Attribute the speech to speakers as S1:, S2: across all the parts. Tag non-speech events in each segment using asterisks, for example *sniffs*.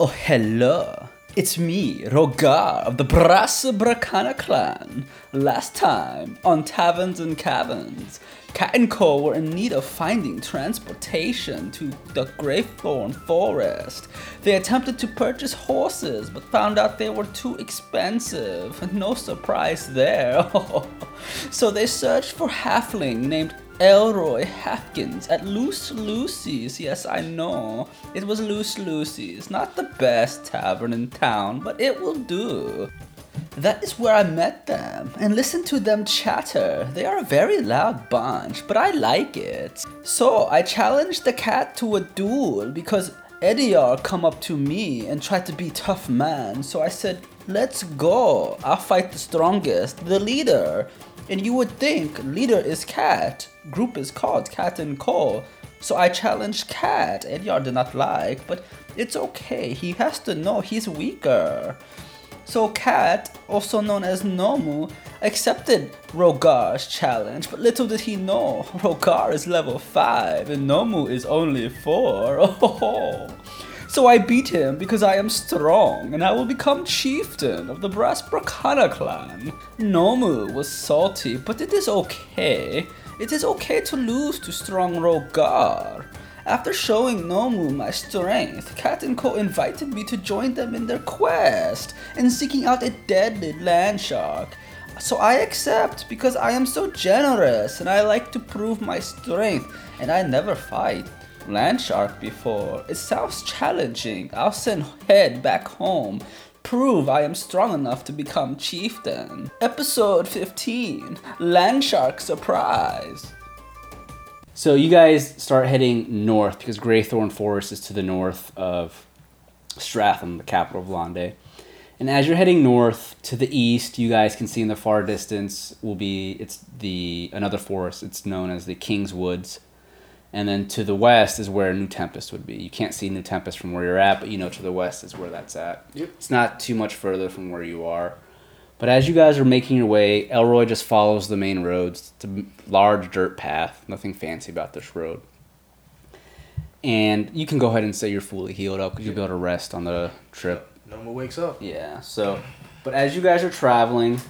S1: Oh, hello. It's me, Rogar of the Brass Bracana clan. Last time, on Taverns and Caverns, Cat and Co were in need of finding transportation to the Greythorn Forest. They attempted to purchase horses, but found out they were too expensive. *laughs* No surprise there. *laughs* so they searched for halfling named Elroy Hopkins at Loose Lucy's. Yes, I know. It was Loose Lucy's. Not the best tavern in town, but it will do. That is where I met them and listened to them chatter. They are a very loud bunch, but I like it. So I challenged the cat to a duel because Ediar come up to me and tried to be tough man. So I said, "Let's go. I'll fight the strongest, the leader." And you would think leader is cat, group is called Cat and Co. So I challenged Cat. Ediar did not like, but it's okay. He has to know he's weaker. So Cat, also known as Nomu, accepted Rogar's challenge, but little did he know, *laughs* Rogar is level 5 and Nomu is only 4. Oh, *laughs* so I beat him because I am strong and I will become chieftain of the Brass Bracana clan. Nomu was salty, but it is okay. It is okay to lose to strong Rogar. After showing Nomu my strength, Cat and Co invited me to join them in their quest in seeking out a deadly land shark. So I accept because I am so generous and I like to prove my strength and I never fight land shark before. It sounds challenging. I'll send head back home. Prove I am strong enough to become chieftain. Episode 15 Land Shark Surprise.
S2: So you guys start heading north because Greythorn Forest is to the north of Stratham, the capital of Lande. And as you're heading north to the east, you guys can see in the far distance will be it's the another forest. It's known as the King's Woods. And then to the west is where New Tempest would be. You can't see New Tempest from where you're at, but you know to the west is where that's at.
S3: Yep.
S2: It's not too much further from where you are. But as you guys are making your way, Elroy just follows the main roads. It's a large dirt path, nothing fancy about this road. And you can go ahead and say you're fully healed up because you'll be able to rest on the trip.
S3: Noma wakes up.
S2: Yeah. So, but as you guys are traveling,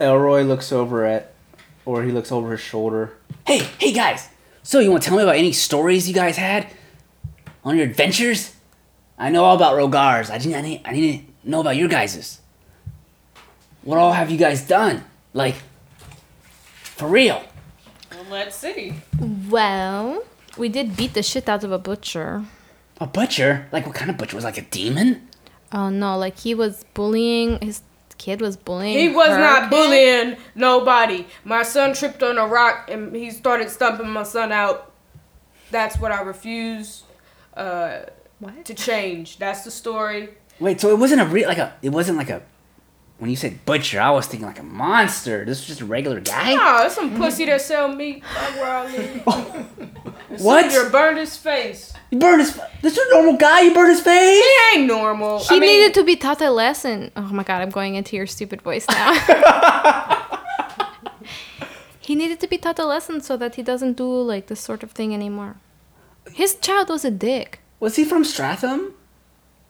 S2: Elroy looks over at, or he looks over his shoulder. Hey, hey guys! So you want to tell me about any stories you guys had on your adventures? I know all about Rogar's. I didn't. I need. I need to know about your guys's. What all have you guys done? Like, for real?
S4: Well, let's see.
S5: Well, we did beat the shit out of a butcher.
S2: A butcher? Like what kind of butcher was it like a demon?
S5: Oh no, like he was bullying his kid was bullying.
S4: He was
S5: her
S4: not
S5: kid.
S4: bullying nobody. My son tripped on a rock and he started stumping my son out. That's what I refuse uh,
S5: What?
S4: to change. That's the story.
S2: Wait, so it wasn't a real like a it wasn't like a when you said butcher, I was thinking like a monster. This was just a regular guy.
S4: Oh, it's some pussy that sell meat. That's where I live.
S2: What?
S4: Sandra burned his face.
S2: You burned his. This is a normal guy. You burned his face.
S4: He ain't normal.
S5: He
S4: I mean,
S5: needed to be taught a lesson. Oh my god, I'm going into your stupid voice
S4: *laughs*
S5: now. he needed to be taught a lesson so that he doesn't do like this sort of thing anymore. His child was a dick. *laughs*
S2: Was he from Stratham?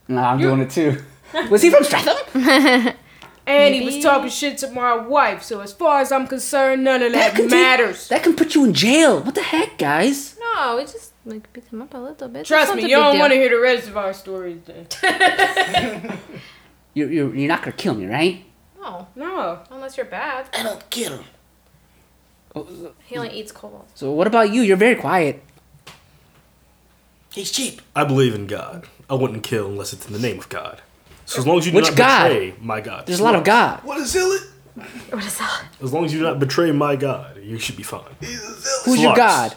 S2: Nah, I'm doing it too. Was he from Stratham?
S4: And he
S5: Maybe-
S4: was talking shit to my wife. So as far as I'm concerned, none of that
S2: could be-
S4: matters.
S2: that can put you in jail. What the heck, guys?
S5: No, we just like beat him up a little bit.
S4: Trust me, you don't want to hear the rest of our stories. Then.
S2: You're, you're, you're not gonna kill me, right?
S5: No,
S4: No.
S5: unless you're bad.
S2: I don't kill him.
S5: He only eats cobalt.
S2: So what about you? You're very quiet. He's cheap.
S3: I believe in God. I wouldn't kill unless it's in the name of God. So as long as you do
S2: Which
S3: not
S2: God?
S3: betray my God.
S2: There's a lot of God.
S3: What is it?
S5: What is that?
S3: As long as you do not betray my God, you should be fine.
S2: Who's your
S3: Slugs.
S2: God?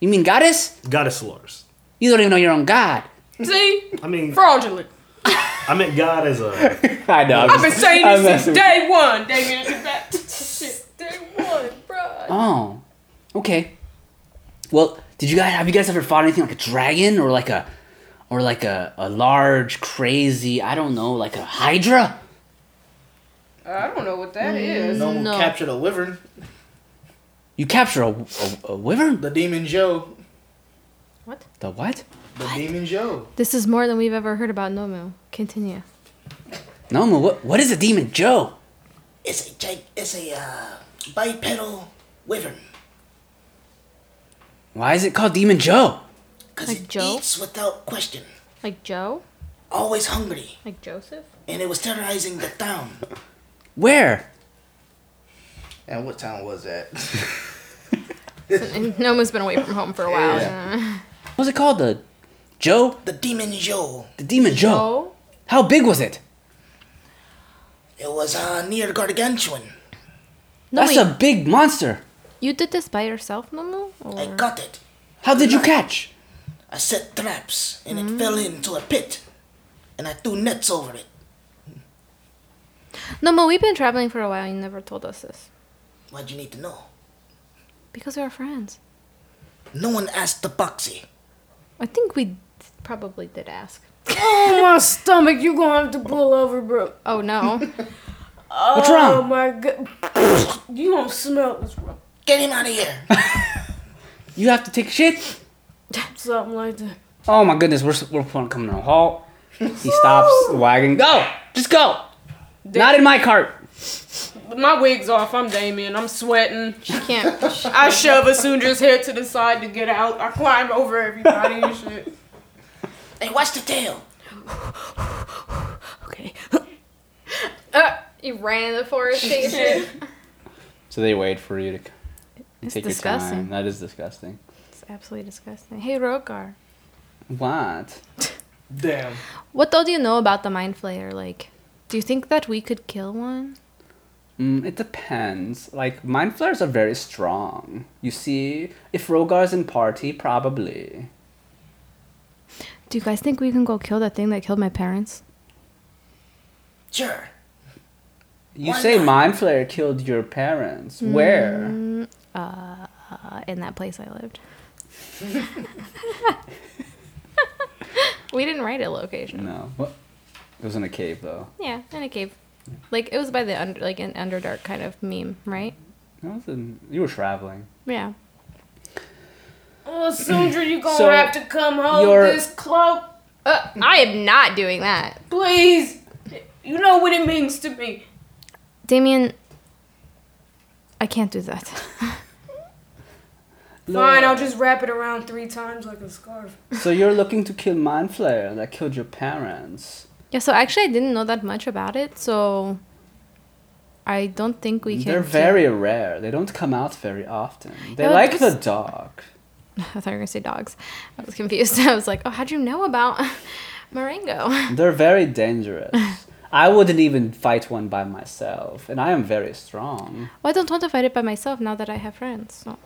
S2: You mean goddess?
S3: Goddess Lars.
S2: You don't even know your own God.
S4: See?
S3: I mean,
S4: Fraudulent.
S3: I meant God as a.
S2: *laughs* I know.
S4: I've been saying
S2: I'm
S4: this
S2: messing
S4: since day one. Damn it. That *laughs* shit. Day one, bro.
S2: Oh, okay. Well, did you guys have you guys ever fought anything like a dragon or like a or like a, a large crazy I don't know like a hydra?
S4: I don't know what that is.
S6: No,
S5: No.
S6: captured a wyvern.
S2: You capture a, a, a wyvern?
S6: The demon Joe.
S5: What?
S2: The what?
S7: The Demon Joe.
S5: This is more than we've ever heard about Nomu. Continue.
S1: Nomu, what, what is a demon Joe?
S7: It's a gi- it's a uh, bipedal wyvern
S1: Why is it called Demon Joe?
S7: because
S5: Like
S7: it
S5: Joe?
S7: eats without question.
S5: Like Joe?
S7: Always hungry,
S5: Like Joseph?
S7: and it was terrorizing the town.
S1: Where?
S7: And what town was that? *laughs*
S5: And Nomu's been away from home for a while.
S1: What was it called? The Joe?
S7: the Demon Joe.
S1: The Demon Joe?
S5: Oh?
S1: How big was it?
S7: It was uh, near Gargantuan.
S5: No,
S1: That's
S5: wait.
S1: a big monster.
S5: You did this by yourself, Nomu?
S7: I
S5: Or...
S7: caught it.
S1: How did you catch?
S7: I set traps, and it fell into a pit. And I threw nets over it.
S5: Nomu, we've been traveling for a while. You never told us this.
S7: Why'd you need to know?
S5: Because we are friends.
S7: No one asked the Boxy.
S5: I think we d- probably did ask.
S4: Oh, my stomach. You gonna have to pull over, bro.
S5: Oh, *laughs* no.
S1: What's
S4: Oh
S1: wrong?
S4: my god. *laughs* You don't smell this, bro.
S7: Get him out of here! *laughs*
S1: You have to take shit?
S4: Something like that.
S1: Oh my goodness, we're, s- we're coming to a halt. He stops the wagon. Go! Just go! Not in my cart.
S4: My wig's off. I'm Damien. I'm sweating.
S5: She can't.
S4: I shove Asundra's head to the side to get out. I climb over everybody and shit.
S7: hey, watch the tail!
S5: Okay. *laughs* uh, you ran in the forest *laughs* station.
S1: So they wait for you to c-
S5: It's
S1: take your
S5: disgusting.
S1: time. That is disgusting.
S5: It's absolutely disgusting. Hey, Rogar.
S1: What?
S3: Damn.
S5: What all do you know about the mind flayer? Like, do you think that we could kill one?
S1: Mm, it depends. Like, mind flares are very strong. You see, if Rogar's in party, probably.
S5: Do you guys think we can go kill that thing that killed my parents?
S7: Sure.
S1: You
S7: Why
S1: say
S7: not?
S1: mind flare killed your parents. Where?
S5: Uh, in that place I lived. we didn't write a location.
S1: No. What? It was in a cave, though.
S5: Yeah, in a cave. Like it was by the under, like an underdark kind of meme, right?
S1: It was in, you were traveling.
S5: Yeah.
S4: Oh, Asundra, you gonna
S1: So,
S4: have to come home
S1: you're-
S4: this cloak.
S5: Uh, I am not doing that.
S4: Please. You know what it means to me.
S5: Damien, I can't do that. *laughs*
S4: Fine, I'll just wrap it around three times like a scarf.
S1: So you're looking to kill mind flare that killed your parents.
S5: yeah, so actually, I didn't know that much about it, so I don't think we can.
S1: They're
S5: kill-
S1: very rare. They don't come out very often. They
S5: Yeah,
S1: like
S5: it's-
S1: the dark.
S5: *laughs* I thought you were gonna say dogs. I was confused. *laughs* I was like, oh, how'd you know about *laughs* Marengo?
S1: They're very dangerous.
S5: *laughs*
S1: I wouldn't even fight one by myself, and I am very strong.
S5: Well, I don't want to fight it by myself now that I have friends. So.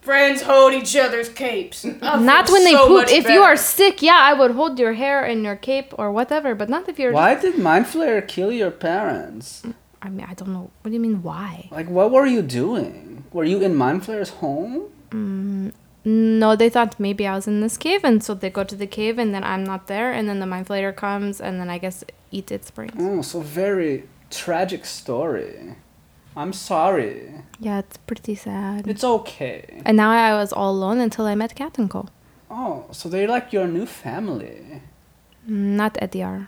S4: Friends hold each other's capes. I
S5: Not
S4: feel
S5: when they
S4: Oh, so
S5: poop.
S4: much
S5: If you
S4: better.
S5: are sick, yeah, I would hold your hair and your cape or whatever, but not if you're.
S1: Why did mind flare kill your parents?
S5: I mean, I don't know. What do you mean, why?
S1: Like, what were you doing? Were you in mind flare's home?
S5: No, they thought maybe I was in this cave, and so they go to the cave, and then I'm not there, and then the mind flayer comes, and then I guess eats its brains.
S1: Oh, so very tragic story. I'm sorry.
S5: Yeah, it's pretty sad.
S1: It's okay.
S5: And now I was all alone until I met Cat and Co.
S1: Oh, so they're like your new family.
S5: Mm, Not Eddie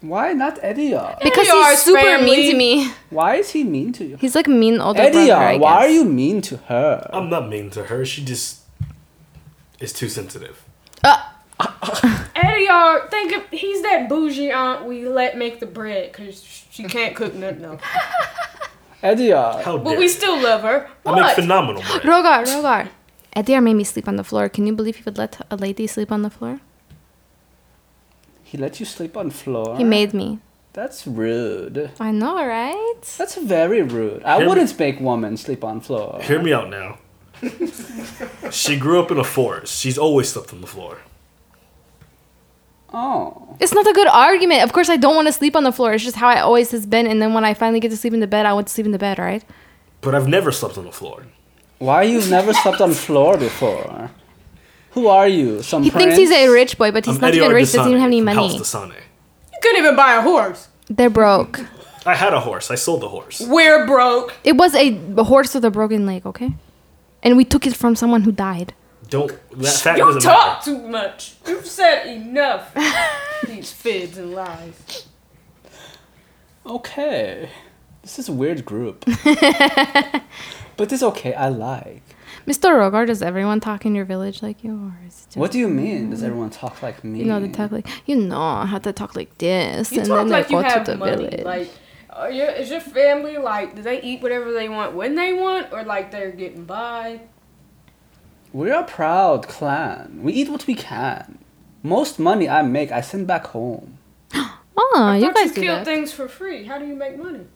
S1: Why not Edia?
S5: Because
S4: Ediar
S5: he's
S4: is
S5: super mean
S4: family.
S5: to me.
S1: Why is he mean to you?
S5: He's like mean older brother. I
S1: Edia, why are
S5: guess.
S1: you mean to her?
S3: I'm not mean to her. She just is too sensitive.
S4: Eddie, y'all think of, he's that bougie aunt we let make the bread because she can't cook nothing else.
S1: Edia,
S3: How
S4: But
S3: dare
S4: we
S3: you.
S4: still love her.
S3: I make
S4: What?
S3: phenomenal bread.
S5: Rogar, Rogar. Eddie made me sleep on the floor. Can you believe he would let a lady sleep on the floor?
S1: he let you sleep on floor.
S5: He made me.
S1: That's rude.
S5: I know, right?
S1: That's very rude. I
S3: Him-
S1: wouldn't make women sleep on floor.
S3: Hear me out now. she grew up in a forest. She's always slept on the floor.
S1: Oh,
S5: It's not a good argument. Of course, I don't want to sleep on the floor. It's just how I always has been. And then when I finally get to sleep in the bed, I want to sleep in the bed, right?
S3: But I've never slept on the floor.
S1: why you've never slept on floor before? Who are you? Some
S5: He
S1: prince?
S5: thinks he's a rich boy, but he's
S3: I'm
S5: not even
S3: Eddie
S5: rich. Doesn't even have any
S3: from
S5: money.
S3: House Dasane.
S4: You couldn't even buy a horse.
S5: They're broke.
S3: I had a horse. I sold the horse.
S4: We're broke.
S5: It was a horse with a broken leg, okay? And we took it from someone who died.
S3: Don't. That fact
S4: You
S3: doesn't matter.
S4: talk too much. You've said
S5: *laughs*
S4: enough. These fids and lies.
S1: Okay. This is a weird
S5: *laughs*
S1: group. but it's okay. I like.
S5: Mr. Rogar, does everyone talk in your village like you, or is it just,
S1: What do you mean? Does everyone talk like me?
S5: you know they talk like you know how to talk like this,
S4: You
S5: and
S4: talk
S5: then
S4: like
S5: they
S4: you
S5: go
S4: have
S5: to the
S4: money.
S5: village.
S4: Like, are your, is your family like? Do they eat whatever they want when they want, or like they're getting by?
S1: We're a proud clan. We eat what we can. Most money I make, I send back home.
S5: oh,
S4: I
S5: you
S4: thought
S5: guys do
S4: kill
S5: that.
S4: things for free. How do you make money?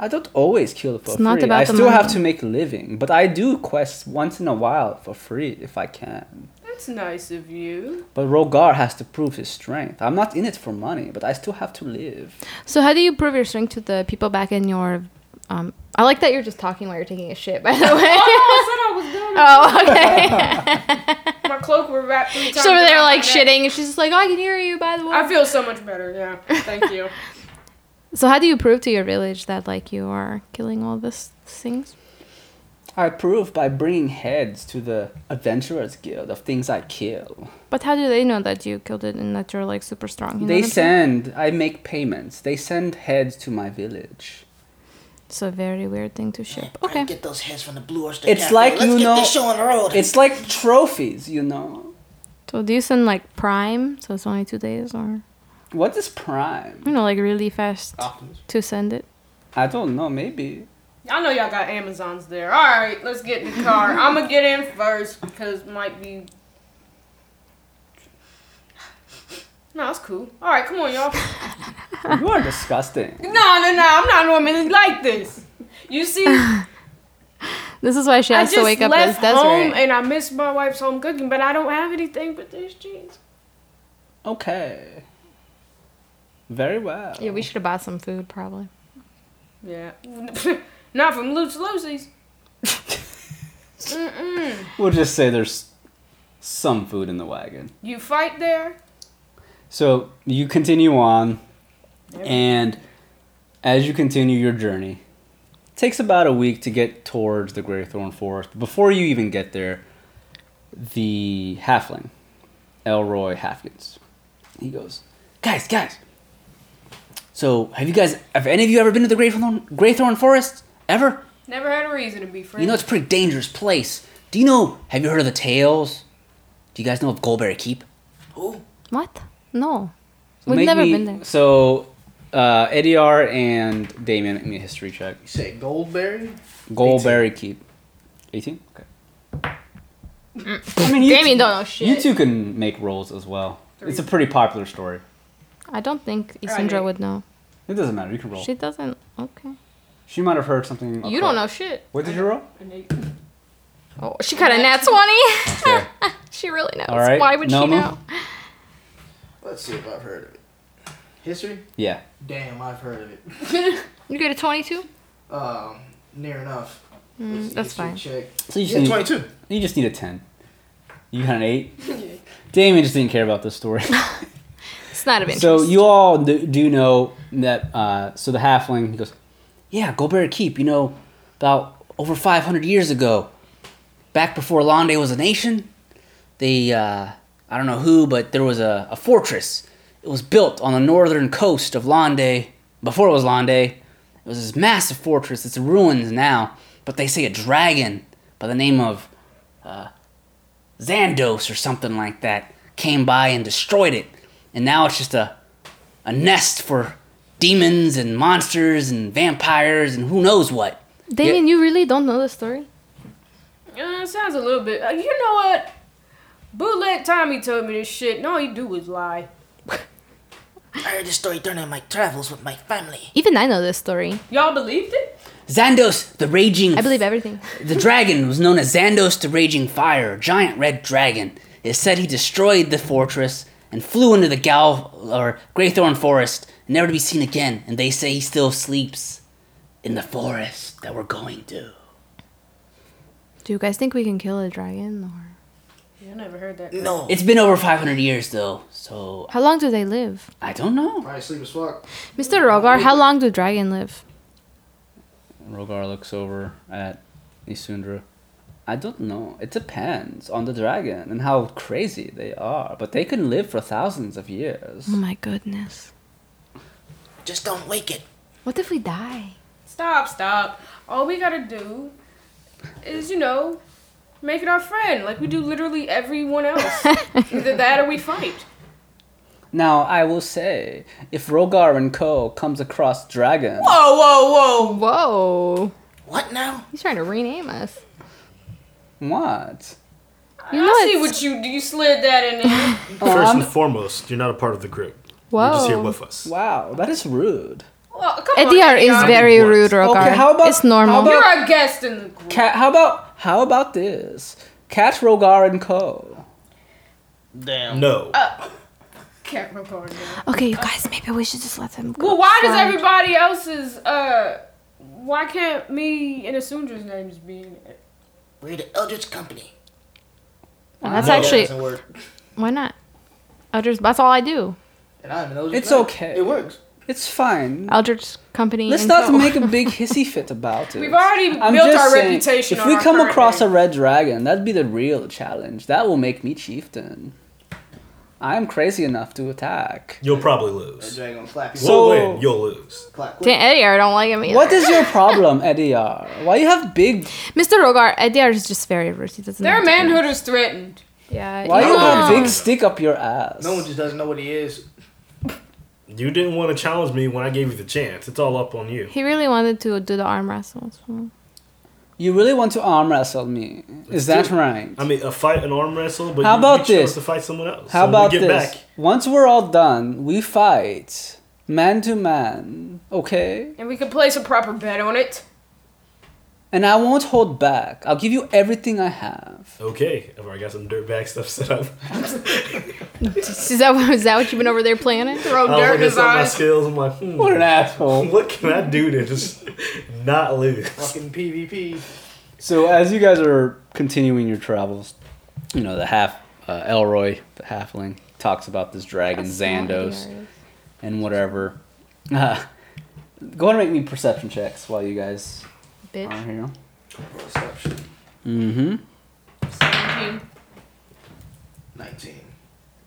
S1: I don't always kill for
S5: It's
S1: free.
S5: not about
S1: I
S5: the
S1: still have
S5: money.
S1: to make a living, but I do quests once in a while for free if I can.
S4: That's nice of you.
S1: But Rogar has to prove his strength. I'm not in it for money, but I still have to live.
S5: So how do you prove your strength to the people back in your? Um, I like that you're just talking while you're taking a shit. By
S4: *laughs*
S5: the way.
S4: *laughs* Oh, no, I said I was done.
S5: *laughs* oh, okay.
S4: My cloak were wrapped three times.
S5: so over there
S4: around my
S5: like
S4: neck.
S5: shitting, and she's just like, oh, I can hear you. By the way.
S4: I feel so much better. Yeah. Thank you.
S5: so how do you prove to your village that like you are killing all this things?
S1: I prove by bringing heads to the Adventurers Guild of things I kill.
S5: But how do they know that you killed it and that you're like super strong? You know
S1: they
S5: what I'm saying?
S1: send, I make payments. They send heads to my village.
S5: It's a very weird thing to ship.
S7: Trying to
S5: Okay.
S7: Get those heads from the Blue Oyster
S1: It's
S7: Cafe.
S1: like,
S7: Let's
S1: you
S7: get
S1: know-
S7: this show on the road.
S1: It's like trophies, you know?
S5: So do you send like prime? So it's only two days, or
S1: What is Prime?
S5: you know, like really fast to send it.
S1: I don't know,
S5: *laughs*
S1: maybe.
S4: I know y'all got Amazons there. All right, let's get in
S5: *laughs*
S4: the car. I'm gonna get in first because might be. No, it's cool. All right, come on, y'all.
S1: You are disgusting.
S4: No, no, no. I'm not normally like this.
S5: *laughs*
S4: You see, I
S5: This is why she has
S4: just
S5: to wake up as
S4: left
S5: Desiree.
S4: home and I missed my wife's home cooking, but I don't have anything but these jeans.
S1: Okay. Very well.
S5: yeah, we should have bought some food probably.
S4: Yeah, *laughs* not from Luce Lucy's. Mm-mm.
S1: will just say there's some food in the wagon.
S4: You fight there.
S1: So you continue on, and as you continue your journey, it takes about a week to get towards the Greythorn Forest. Before you even get there, the halfling, Elroy Hafkins, he goes, Guys, guys! So have you guys, have any of you ever been to the Greythorn, Greythorn Forest? Ever?
S4: Never had a reason to be friends.
S1: You know, it's a pretty dangerous place. Do you know, have you heard of the tales? Do you guys know of Goldberry Keep?
S7: Who?
S5: What? No.
S1: So
S5: We've
S1: make
S5: never
S1: me-
S5: been there.
S1: So, uh, ADR and Damien, make me a history check.
S8: You say Goldberry?
S1: Goldberry Keep. 18? Okay. Mm. I mean, you
S5: Damien
S1: two-
S5: don't know shit.
S1: You two can make rolls as well. It's a pretty popular story.
S5: I don't think
S4: Alright,
S5: Isandra
S4: Nate.
S5: would know.
S1: It doesn't matter. You can roll.
S5: She doesn't. Okay.
S1: She might have heard something.
S5: You don't know shit.
S1: What did you *laughs* roll?
S4: And they-
S5: Oh, she got a nat twenty.
S1: Okay.
S5: *laughs* she really knows.
S1: Alright,
S5: Why would
S1: Nomu?
S5: she know?
S8: Let's see if I've heard of it. History?
S1: yeah.
S8: Damn, I've heard of it.
S5: You get a twenty-two.
S8: Um, near enough. Let's see,
S5: that's
S8: history
S5: fine.
S8: Check.
S1: So Mm, you just,
S8: Yeah,
S1: need,
S8: 22.
S1: you just need a 10. You got an 8? Damien just didn't care about this
S5: *laughs*
S1: story.
S5: It's not of interest.
S1: So you all do do know that. Uh, so the halfling he goes, "Yeah, Goldberry Keep. You know, about over five hundred years ago, back before Londe was a nation, they uh, I don't know who, but there was a, a fortress. It was built on the northern coast of Londe before it was Londe. It was this massive fortress. It's ruins now, but they say a dragon by the name of Xandos or something like that came by and destroyed it. And now it's just a, a nest for demons and monsters and vampires and who knows what.
S5: Damien, you really don't know the story.
S4: Uh, it sounds a little bit. Uh, you know what? Bootleg Tommy told me this shit. and all he do was lie.
S7: I heard this story during my travels with my family.
S5: Even I know this story.
S4: Y'all believed it?
S1: Xandos, the raging.
S5: I believe everything.
S1: The dragon was known as Xandos the Raging Fire, a giant red dragon. It said he destroyed the fortress and flew into the Gal or Greythorn Forest, never to be seen again. And they say he still sleeps in the forest that we're going to.
S5: Do you guys think we can kill a dragon or?
S4: You never heard that.
S7: No.
S1: It's been over 500 years though, so
S5: How long do they live?
S1: I don't know.
S8: Probably sleep as fuck.
S5: Mr. Rogar, how long do dragon live?
S1: Rogar looks over at Isundra. I don't know. It depends on the dragon and how crazy they are, but they can live for thousands of years.
S5: Oh my goodness.
S9: Just don't wake it.
S5: What if we die?
S4: Stop, stop. All we gotta do is, you know, make it our friend, like we do literally
S5: *laughs*
S4: everyone else. Either that or we fight.
S1: Now, I will say, if Rogar and Co. comes across dragon,
S4: Whoa, whoa, whoa.
S5: Oh, Whoa.
S9: What now?
S5: He's trying to rename us.
S1: what?
S5: You
S4: I
S5: know
S4: see
S5: it's-
S4: what you you slid that in there.
S3: First and foremost, you're not a part of the group. You're just here
S5: Oh, Whoa.
S3: with us.
S1: Wow, that is rude.
S4: Well, come on.
S5: ADR is
S4: Adrian.
S5: very
S3: What?
S5: rude, Rogar.
S1: Okay, how about-
S5: it's normal.
S1: how
S4: You're our guest in the group.
S1: Cat, Uh, how about how about this? Cat Rogar and Co.
S9: Damn.
S3: No.
S5: Uh.
S4: Can't record now.
S5: okay, you guys, maybe we should just let them go.
S4: Well, why does
S5: Fine.
S4: everybody else's uh? Why can't me and Asundra's names be in it?
S9: We're the Eldritch Company.
S5: Well, that's
S7: No, that
S5: actually
S7: doesn't work.
S5: why not? Eldritch, that's all I do.
S7: And I'm an Eldritch
S1: It's
S7: Knight.
S1: okay.
S7: It works.
S1: It's fine.
S5: Eldritch company.
S1: Let's
S5: and
S1: not
S5: Co.
S1: make
S5: *laughs*
S1: a
S4: *laughs*
S1: big hissy fit about it.
S4: We've already
S1: I'm
S4: built
S1: just
S4: our
S1: saying,
S4: reputation.
S1: If
S4: on
S1: we
S4: our
S1: come
S4: current
S1: across a
S4: name.
S1: red dragon, that'd be the real challenge. That will make me chieftain. I am crazy enough to attack.
S3: You'll probably
S7: The
S3: lose.
S7: dragon flap.
S3: We'll
S7: So,
S1: So-
S3: win. You'll lose.
S7: clap.
S5: Damn, Edyar don't like him either.
S1: What is your problem, Ediar? Why you have big?
S5: *laughs* Mr. Rogar? Edyar is just very rude. He doesn't. know
S4: Their
S5: what to do.
S4: manhood is threatened.
S5: Yeah.
S1: Why you have
S5: no.
S1: big stick up your ass?
S7: No one just doesn't know what he is.
S3: You didn't want to challenge me when I gave you the chance. It's all up on you.
S5: He really wanted to do the arm wrestle. so- *laughs*
S1: You really want to arm wrestle me? Is that
S3: do it.
S1: right?
S3: I mean, a fight, an arm wrestle, but
S1: How
S3: you,
S1: about
S3: you
S1: this?
S3: chose to fight someone else.
S1: How
S3: So
S1: about
S3: we get
S1: this?
S3: back?
S1: Once we're all done, we fight man to man, okay?
S4: And we can place a proper bet on it.
S1: And I won't hold back. I'll give you everything I have.
S3: Okay, I've already got some dirtbag stuff set up.
S5: Is that what- is that what you've been over there planning?
S4: Throw
S7: Oh,
S3: I
S4: dirt
S3: was looking at
S4: in his
S3: some of my
S4: eyes.
S3: skills. I'm like, hmm,
S1: What an
S3: *laughs*
S1: asshole.
S3: what can I do to just *laughs* not lose?
S7: Fucking PvP.
S1: *laughs* So as you guys are continuing your travels, you know, the half, uh, Elroy, the halfling, talks about this dragon, Xandos. and whatever. *laughs* Uh, go ahead and make me perception checks while you guys are
S5: Bitch.
S1: here.
S7: Perception.
S1: Mm-hmm.
S4: 17.
S7: 19.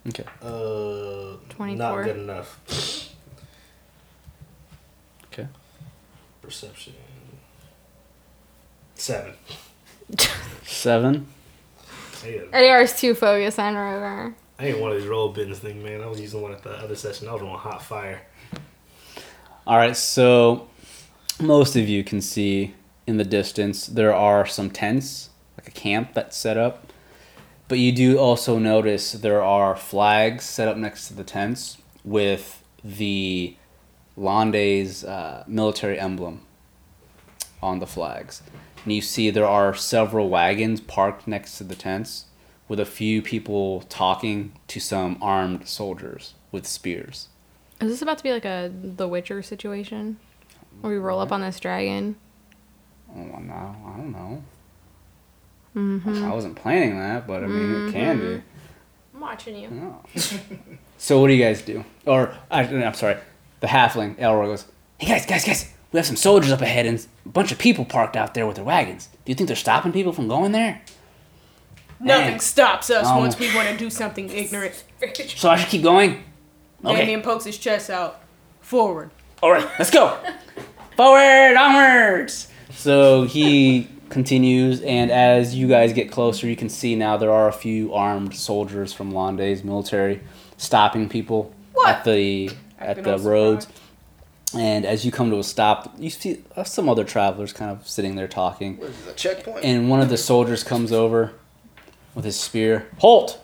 S1: Okay.
S7: Uh,
S5: 24.
S7: Not good enough.
S1: Okay.
S7: Perception. Seven.
S1: Seven.
S3: Man,
S5: Edyar is too focused on Rogar.
S3: I ain't one of these roll business thing, man. I was using one at the other session. I was on hot fire.
S1: All right. So most of you can see in the distance there are some tents, like a camp that's set up. But you do also notice there are flags set up next to the tents with the Lande's uh, military emblem on the flags. And you see there are several wagons parked next to the tents with a few people talking to some armed soldiers with spears.
S5: Is this about to be like a The Witcher situation? Where we roll up on this dragon?
S1: Oh, no, I don't know. I wasn't planning that, but I mean, it can be.
S5: I'm watching you.
S1: No. so what do you guys do? Or I, am sorry, the halfling Elroy goes, "Hey guys, guys, guys, we have some soldiers up ahead and a bunch of people parked out there with their wagons. Do you think they're stopping people from going there?
S4: Nothing
S1: Man.
S4: stops us
S1: Oh.
S4: once we want to do something ignorant.
S1: So I should keep going. Okay.
S4: Damien pokes his chest out. Forward.
S1: All right, let's go. *laughs* Forward, onwards. So he continues, and as you guys get closer, you can see now there are a few armed soldiers from Lande's military stopping people at the at
S4: been
S1: the
S4: all
S1: roads. And as you come to a stop, you see uh, some other travelers kind of sitting there talking
S7: What is this, a checkpoint?
S1: and one of the soldiers comes over with his spear. Halt!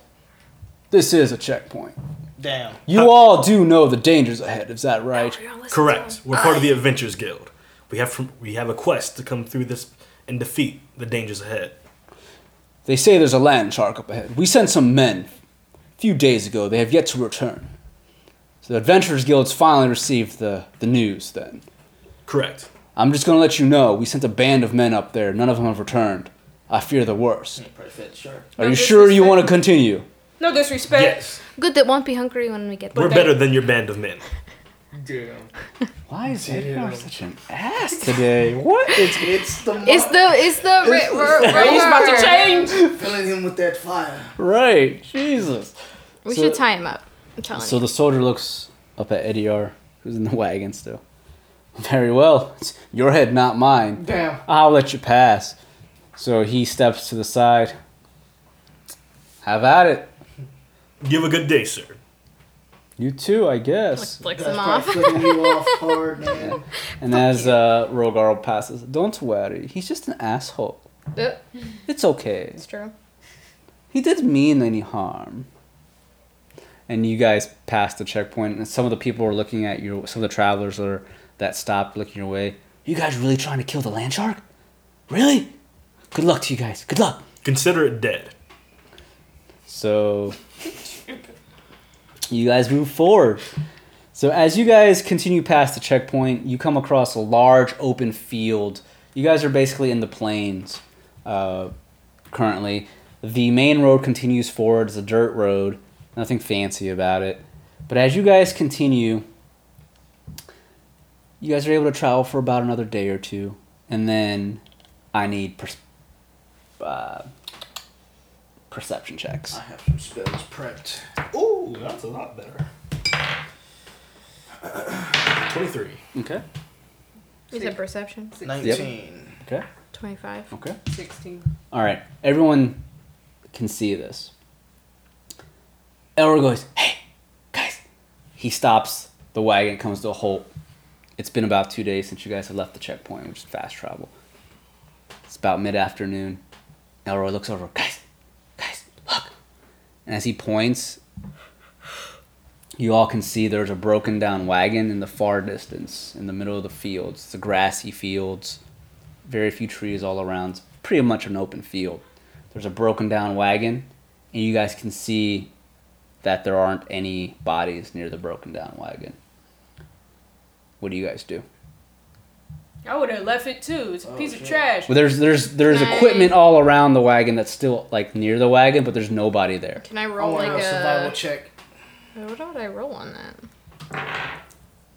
S1: This is a checkpoint.
S9: Damn.
S1: You all do know the dangers ahead, is that right?
S3: Correct. We're part of the Adventures Guild. We have from, we have a quest to come through this and defeat the dangers ahead.
S1: They say there's a land shark up ahead. We sent some men a few days ago. They have yet to return. So the Adventurers Guild's finally received the, the news then.
S3: Correct.
S1: I'm just going to let you know we sent a band of men up there. None of them have returned. I fear the worst.
S7: Probably fit shark.
S1: Are
S4: No
S1: you sure you
S4: disrespect.
S1: want to continue?
S4: No disrespect.
S3: Yes,
S5: Good that won't be hungry when we get
S3: we're
S5: there.
S3: better than your band of men.
S7: Damn.
S2: Why is
S7: Damn.
S2: Edgar such an ass today? What is
S7: It's the
S5: It's the it's the ri- ri-
S4: He's about to change.
S7: filling him with that fire.
S2: right? Jesus.
S5: We
S2: So-
S5: should tie him up. I'm telling
S2: So
S5: you.
S2: the soldier looks up at Eddie R, who's in the wagon still. Very well. It's your head, not mine.
S7: Damn.
S2: I'll let you pass. So he steps to the side. Have at it.
S3: You have a good day, sir.
S2: You too, I guess.
S5: flicks
S7: That's
S5: him
S7: probably
S5: off.
S7: flicking you off hard,
S2: *laughs*
S7: man.
S2: And as uh, Rogar passes, don't worry. He's just an asshole.
S4: Yep.
S2: It's okay.
S4: It's true.
S2: He did mean any harm. And you guys passed the checkpoint, and some of the people were looking at you. Some of the travelers are that stopped looking your way. You guys really trying to kill the land shark? Really? Good luck to you guys. Good luck.
S3: Consider it dead.
S2: So you guys move forward. So as you guys continue past the checkpoint, you come across a large open field. You guys are basically in the plains uh, currently. The main road continues forward. It's a dirt road. Nothing fancy about it. But as you guys continue, you guys are able to travel for about another day or two, and then I need pers- uh, perception checks.
S7: I have some spells prepped.
S3: Ooh, that's a lot better. 23.
S2: Okay.
S5: You said perception.
S7: 19.
S2: Okay.
S5: Twenty-five.
S2: Okay.
S4: 16.
S2: All right. Everyone can see this. Elroy goes, "Hey, guys!" He stops the wagon. Comes to a halt. It's been about two days since you guys have left the checkpoint, which is fast travel. It's about mid-afternoon. Elroy looks over. Guys, guys, look! And as he points, you all can see there's a broken down wagon in the far distance, in the middle of the fields. It's the grassy fields very few trees all around. It's pretty much an open field. There's a broken down wagon, and you guys can see that there aren't any bodies near the broken down wagon. What do you guys do?
S4: I would have left it too. It's a
S7: Oh,
S4: piece
S7: shit.
S4: of trash.
S2: Well, there's there's there's
S5: Nice.
S2: equipment all around the wagon that's still like near the wagon, but there's nobody there.
S5: Can I
S7: I
S5: roll
S7: want
S5: like
S7: a survival
S5: a?
S7: check.
S5: What would I roll on that?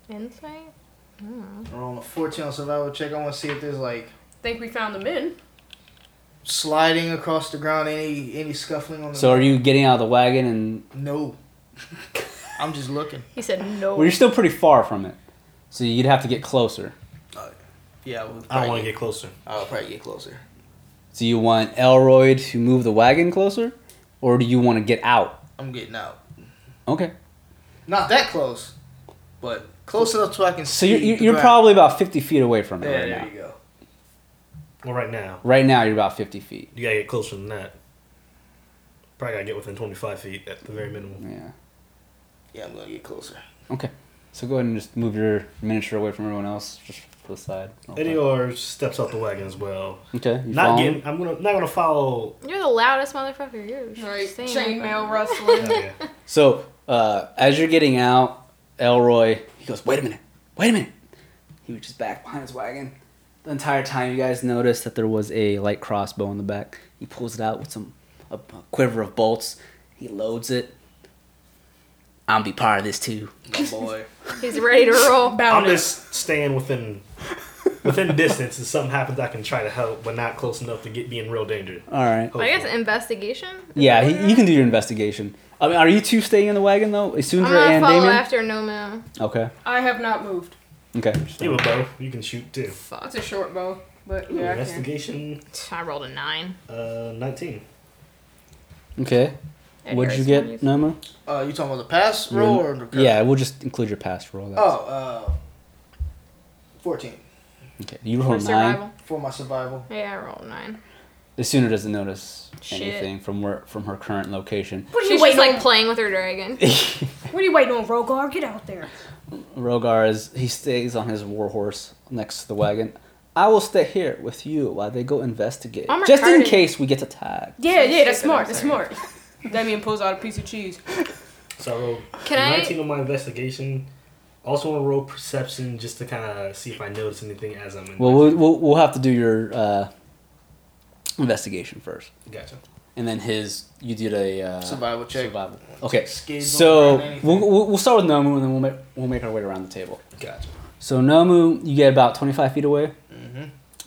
S5: Insight. I don't know.
S7: We're on a 14 on survival check. I want to see if there's like
S4: Think we found the men.
S7: sliding across the ground, any any scuffling on the
S2: So are you getting out of the wagon and
S7: *laughs* No. I'm just looking.
S5: He said no.
S2: well, you're still pretty far from it, so you'd have to get closer.
S7: Yeah, I would
S3: I don't want to get closer.
S7: I'll probably get closer.
S2: So you want Elroy to move the wagon closer, or do you want to get out?
S7: I'm getting out.
S2: Okay.
S7: Not that close, but close enough so I can
S2: So
S7: see.
S2: you're, you're,
S7: the
S2: you're
S7: ground.
S2: probably about 50 feet away from it
S7: There,
S2: right
S7: there
S2: now.
S7: you go.
S3: Well, right now,
S2: Right now, you're about 50 feet.
S3: you gotta get closer than that. Probably gotta get within 25 feet at the very minimum.
S2: Yeah.
S7: Yeah, I'm going to get closer.
S2: Okay. So go ahead and just move your miniature away from everyone else, just to the side. Okay.
S3: Eddie Orr steps out the wagon as well.
S2: Okay. You
S3: Not
S2: follow
S3: getting.
S2: him?
S3: I'm gonna. Not gonna
S5: *laughs*
S3: follow.
S5: You're the loudest motherfucker. You're
S4: Right.
S5: saying
S4: Chainmail
S5: nothing.
S4: rustling.
S3: Oh, Yeah, yeah.
S2: So uh, as you're getting out, Elroy he goes, "Wait a minute! Wait a minute!" He reaches back behind his wagon. The entire time, you guys noticed that there was a light crossbow in the back. He pulls it out with some a, a quiver of bolts. He loads it. I'll be part of this too.
S7: My boy.
S5: He's ready *laughs* to roll.
S3: I'm
S4: Bound it.
S3: just staying within within distance. If something happens, I can try to help, but not close enough to get be in real danger.
S2: All right.
S5: I guess
S3: hopefully.
S5: investigation. Is
S2: Yeah,
S5: that
S2: he,
S5: what
S2: you can do your investigation. I mean, are you two staying in the wagon though? As soon
S5: I'm
S2: as you're
S5: gonna
S2: and
S5: follow
S2: Damien.
S5: after no man.
S2: Okay.
S4: I have not moved.
S2: Okay.
S3: You have a bow. You can shoot too.
S5: Fuck.
S4: It's a short bow, but
S3: Ooh,
S4: yeah, I can.
S3: investigation.
S5: I rolled a nine.
S3: Uh, 19.
S2: Okay. What'd you get, Noma?
S7: Uh, you talking about the pass roll or the curve?
S2: Yeah, we'll just include your pass roll.
S7: Oh, uh, 14
S2: Okay. You
S5: For
S2: roll nine.
S5: survival.
S7: for my survival.
S5: Yeah, I rolled a nine.
S2: The sooner doesn't notice
S5: Shit.
S2: anything from where from her current location.
S4: What are you
S5: She's
S4: waiting
S5: just
S4: like,
S5: like
S4: on?
S5: playing with her
S2: *laughs*
S5: dragon.
S4: What are you waiting on, Rogar? Get out there.
S2: Rogar is he stays on his war horse next to the wagon. I will stay here with you while they go investigate,
S5: I'm
S2: just in
S5: retarded.
S2: case we get attacked.
S4: Yeah, yeah,
S5: Stupid,
S4: that's
S5: I'm
S4: smart. That's smart. Damien pulls out a piece of cheese.
S3: So I rolled
S5: Can I-
S3: 19 on my investigation. Also want to roll perception just to kind of see if I notice anything as I'm in.
S2: Well, we'll we'll, we'll have to do your uh, investigation first.
S3: gotcha.
S2: and then his you did a uh,
S7: Survival check.
S2: Survival. Okay,
S7: Skid
S2: so
S7: don't find
S2: we'll, we'll we'll start with Nomu, and then we'll make we'll make our way around the table.
S3: Gotcha.
S2: So Nomu, you get about twenty five feet away.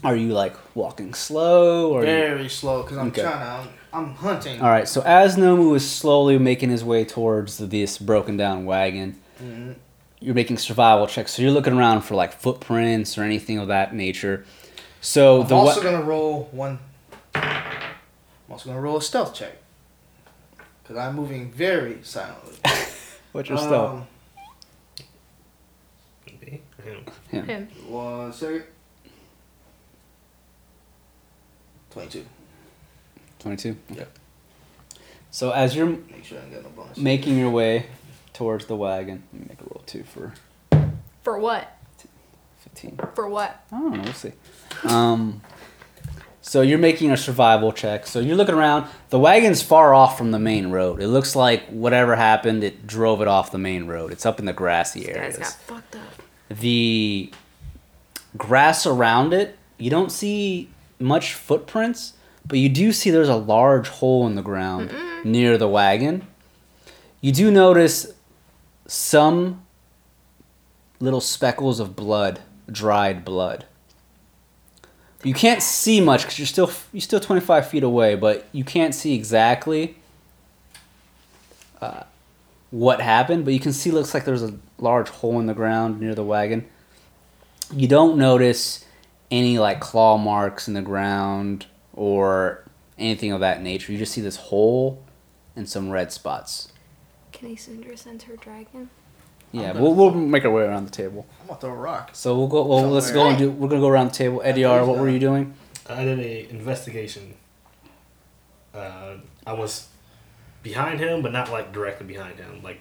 S2: Are you like walking slow or?
S7: Very slow because I'm
S2: Okay.
S7: trying to. I'm, I'm hunting.
S2: All right. So as Nomu is slowly making his way towards this broken down wagon,
S7: Mhm.
S2: you're making survival checks. So you're looking around for like footprints or anything of that nature. So
S7: I'm
S2: the
S7: also
S2: wa-
S7: gonna roll one. I'm also gonna roll a stealth check because I'm moving very silently.
S2: what's your *laughs* stealth?
S7: Um,
S3: Me? Him.
S5: Him.
S7: One second. Twenty-two.
S2: 22.
S7: Yeah.
S2: So as you're
S7: Make sure I ain't got no bonus.
S2: making your way towards the wagon, let me make a roll two for
S5: For what?
S2: 15.
S5: For what?
S2: I don't know. We'll see. Um, so you're making a survival check. So you're looking around. The wagon's far off from the main road. It looks like whatever happened, it drove it off the main road. It's up in the grassy
S5: Guys
S2: areas.
S5: got fucked up.
S2: the grass around it, you don't see much footprints, but you do see there's a large hole in the ground near the wagon. You do notice some little speckles of blood, dried blood. You can't see much because you're still you're still 25 feet away, but you can't see exactly uh, what happened. But you can see looks like there's a large hole in the ground near the wagon. You don't notice any like claw marks in the ground or anything of that nature. You just see this hole and some red spots.
S5: Can Isundra send her dragon?
S2: Yeah,
S7: I'm gonna-
S2: we'll, we'll make our way around the table.
S7: I'm gonna throw a rock.
S2: So we'll go. Well, let's go and do. We're gonna go around the table. Eddie R, what were you doing?
S3: I did a investigation. Uh, I was behind him, but not like directly behind him, like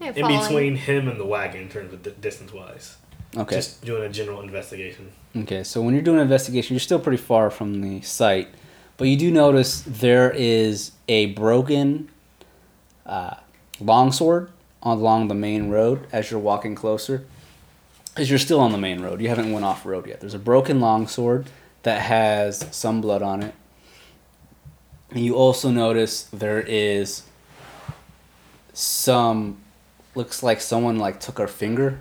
S5: Yeah,
S3: in
S5: following.
S3: between him and the wagon in terms of d- distance wise.
S2: Okay.
S3: Just doing a general investigation.
S2: Okay, so when you're doing an investigation, you're still pretty far from the site, but you do notice there is a broken uh, longsword along the main road as you're walking closer. Because you're still on the main road, you haven't went off road yet. There's a broken longsword that has some blood on it, and you also notice there is some looks like someone like took her finger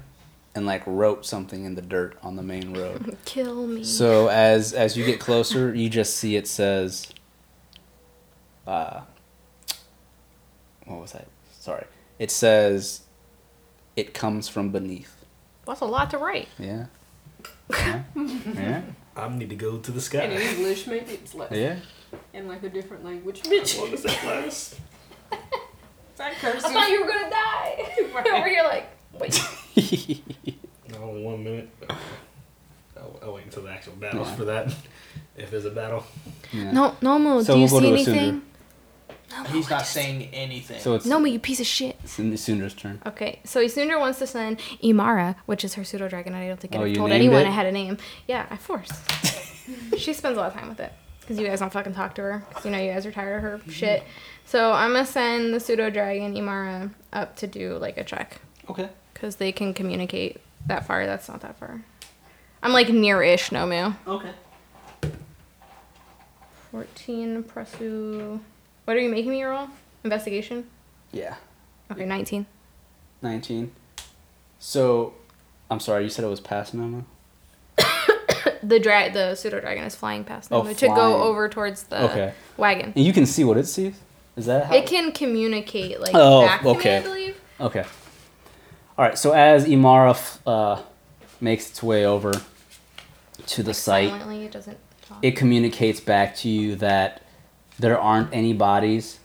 S2: and like wrote something in the dirt on the main road.
S5: Kill me.
S2: So as as you get closer, you just see it says, uh, what was that? Sorry, it says, it comes from beneath.
S5: That's a lot to write.
S2: Yeah. Yeah. Yeah.
S3: I need to go to the *laughs*
S4: In
S3: sky.
S4: English, maybe it's less.
S2: yeah.
S4: In like a different language.
S3: What
S4: *laughs* Bitch.
S3: is that class?
S4: That curses.
S5: I thought you were gonna die. *laughs* Over here, like, wait.
S3: No, one minute. I'll, I'll wait until the actual battles for that. If there's a battle,
S2: Yeah.
S5: No, Nomu,
S2: So
S5: do you
S2: we'll go
S5: see
S2: to
S5: anything?
S7: He's not saying anything.
S2: So it's no.
S5: Nomu, you piece of shit.
S2: Sundra's turn.
S5: Okay, so Isundra wants to send Imara, which is her pseudo dragon, and I don't think
S2: Oh,
S5: I've
S2: you
S5: told
S2: named
S5: anyone
S2: it?
S5: I had a name. Yeah, I
S2: *laughs*
S5: forced. she spends a lot of time with it because you guys don't fucking talk to her. 'cause you know you guys are tired of her shit.
S2: Mm-hmm.
S5: So I'm gonna send the pseudo dragon Imara up to do like a check
S2: Okay.
S5: because they can communicate that far. That's not that far. I'm like near-ish Nomu.
S2: Okay.
S5: 14 plus two. What are you making me roll? Investigation.
S2: Yeah.
S5: Okay, 19.
S2: Nineteen. So, I'm sorry. You said it was past Noma.
S5: The dra- the pseudo dragon is flying past
S2: Oh,
S5: Nomu to
S2: flying.
S5: go over towards the
S2: Okay.
S5: wagon.
S2: And you can see what it sees. Is that how
S5: It can communicate like
S2: Oh,
S5: back to me,
S2: okay.
S5: I believe.
S2: Okay. All right. So as Imara f- uh, makes its way over to the site,
S5: Silently, it doesn't talk.
S2: it communicates back to you that there aren't any bodies.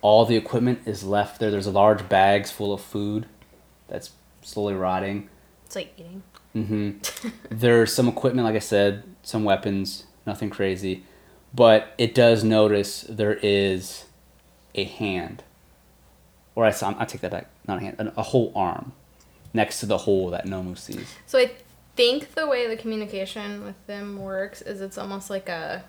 S2: All the equipment is left there. There's large bags full of food that's slowly rotting.
S5: it's like eating.
S2: hmm There's some equipment, like I said, some weapons, nothing crazy, but it does notice there is a hand, or I, I take that back, not a hand, an- a whole arm next to the hole that Nomu sees.
S5: So I think the way the communication with them works is it's almost like a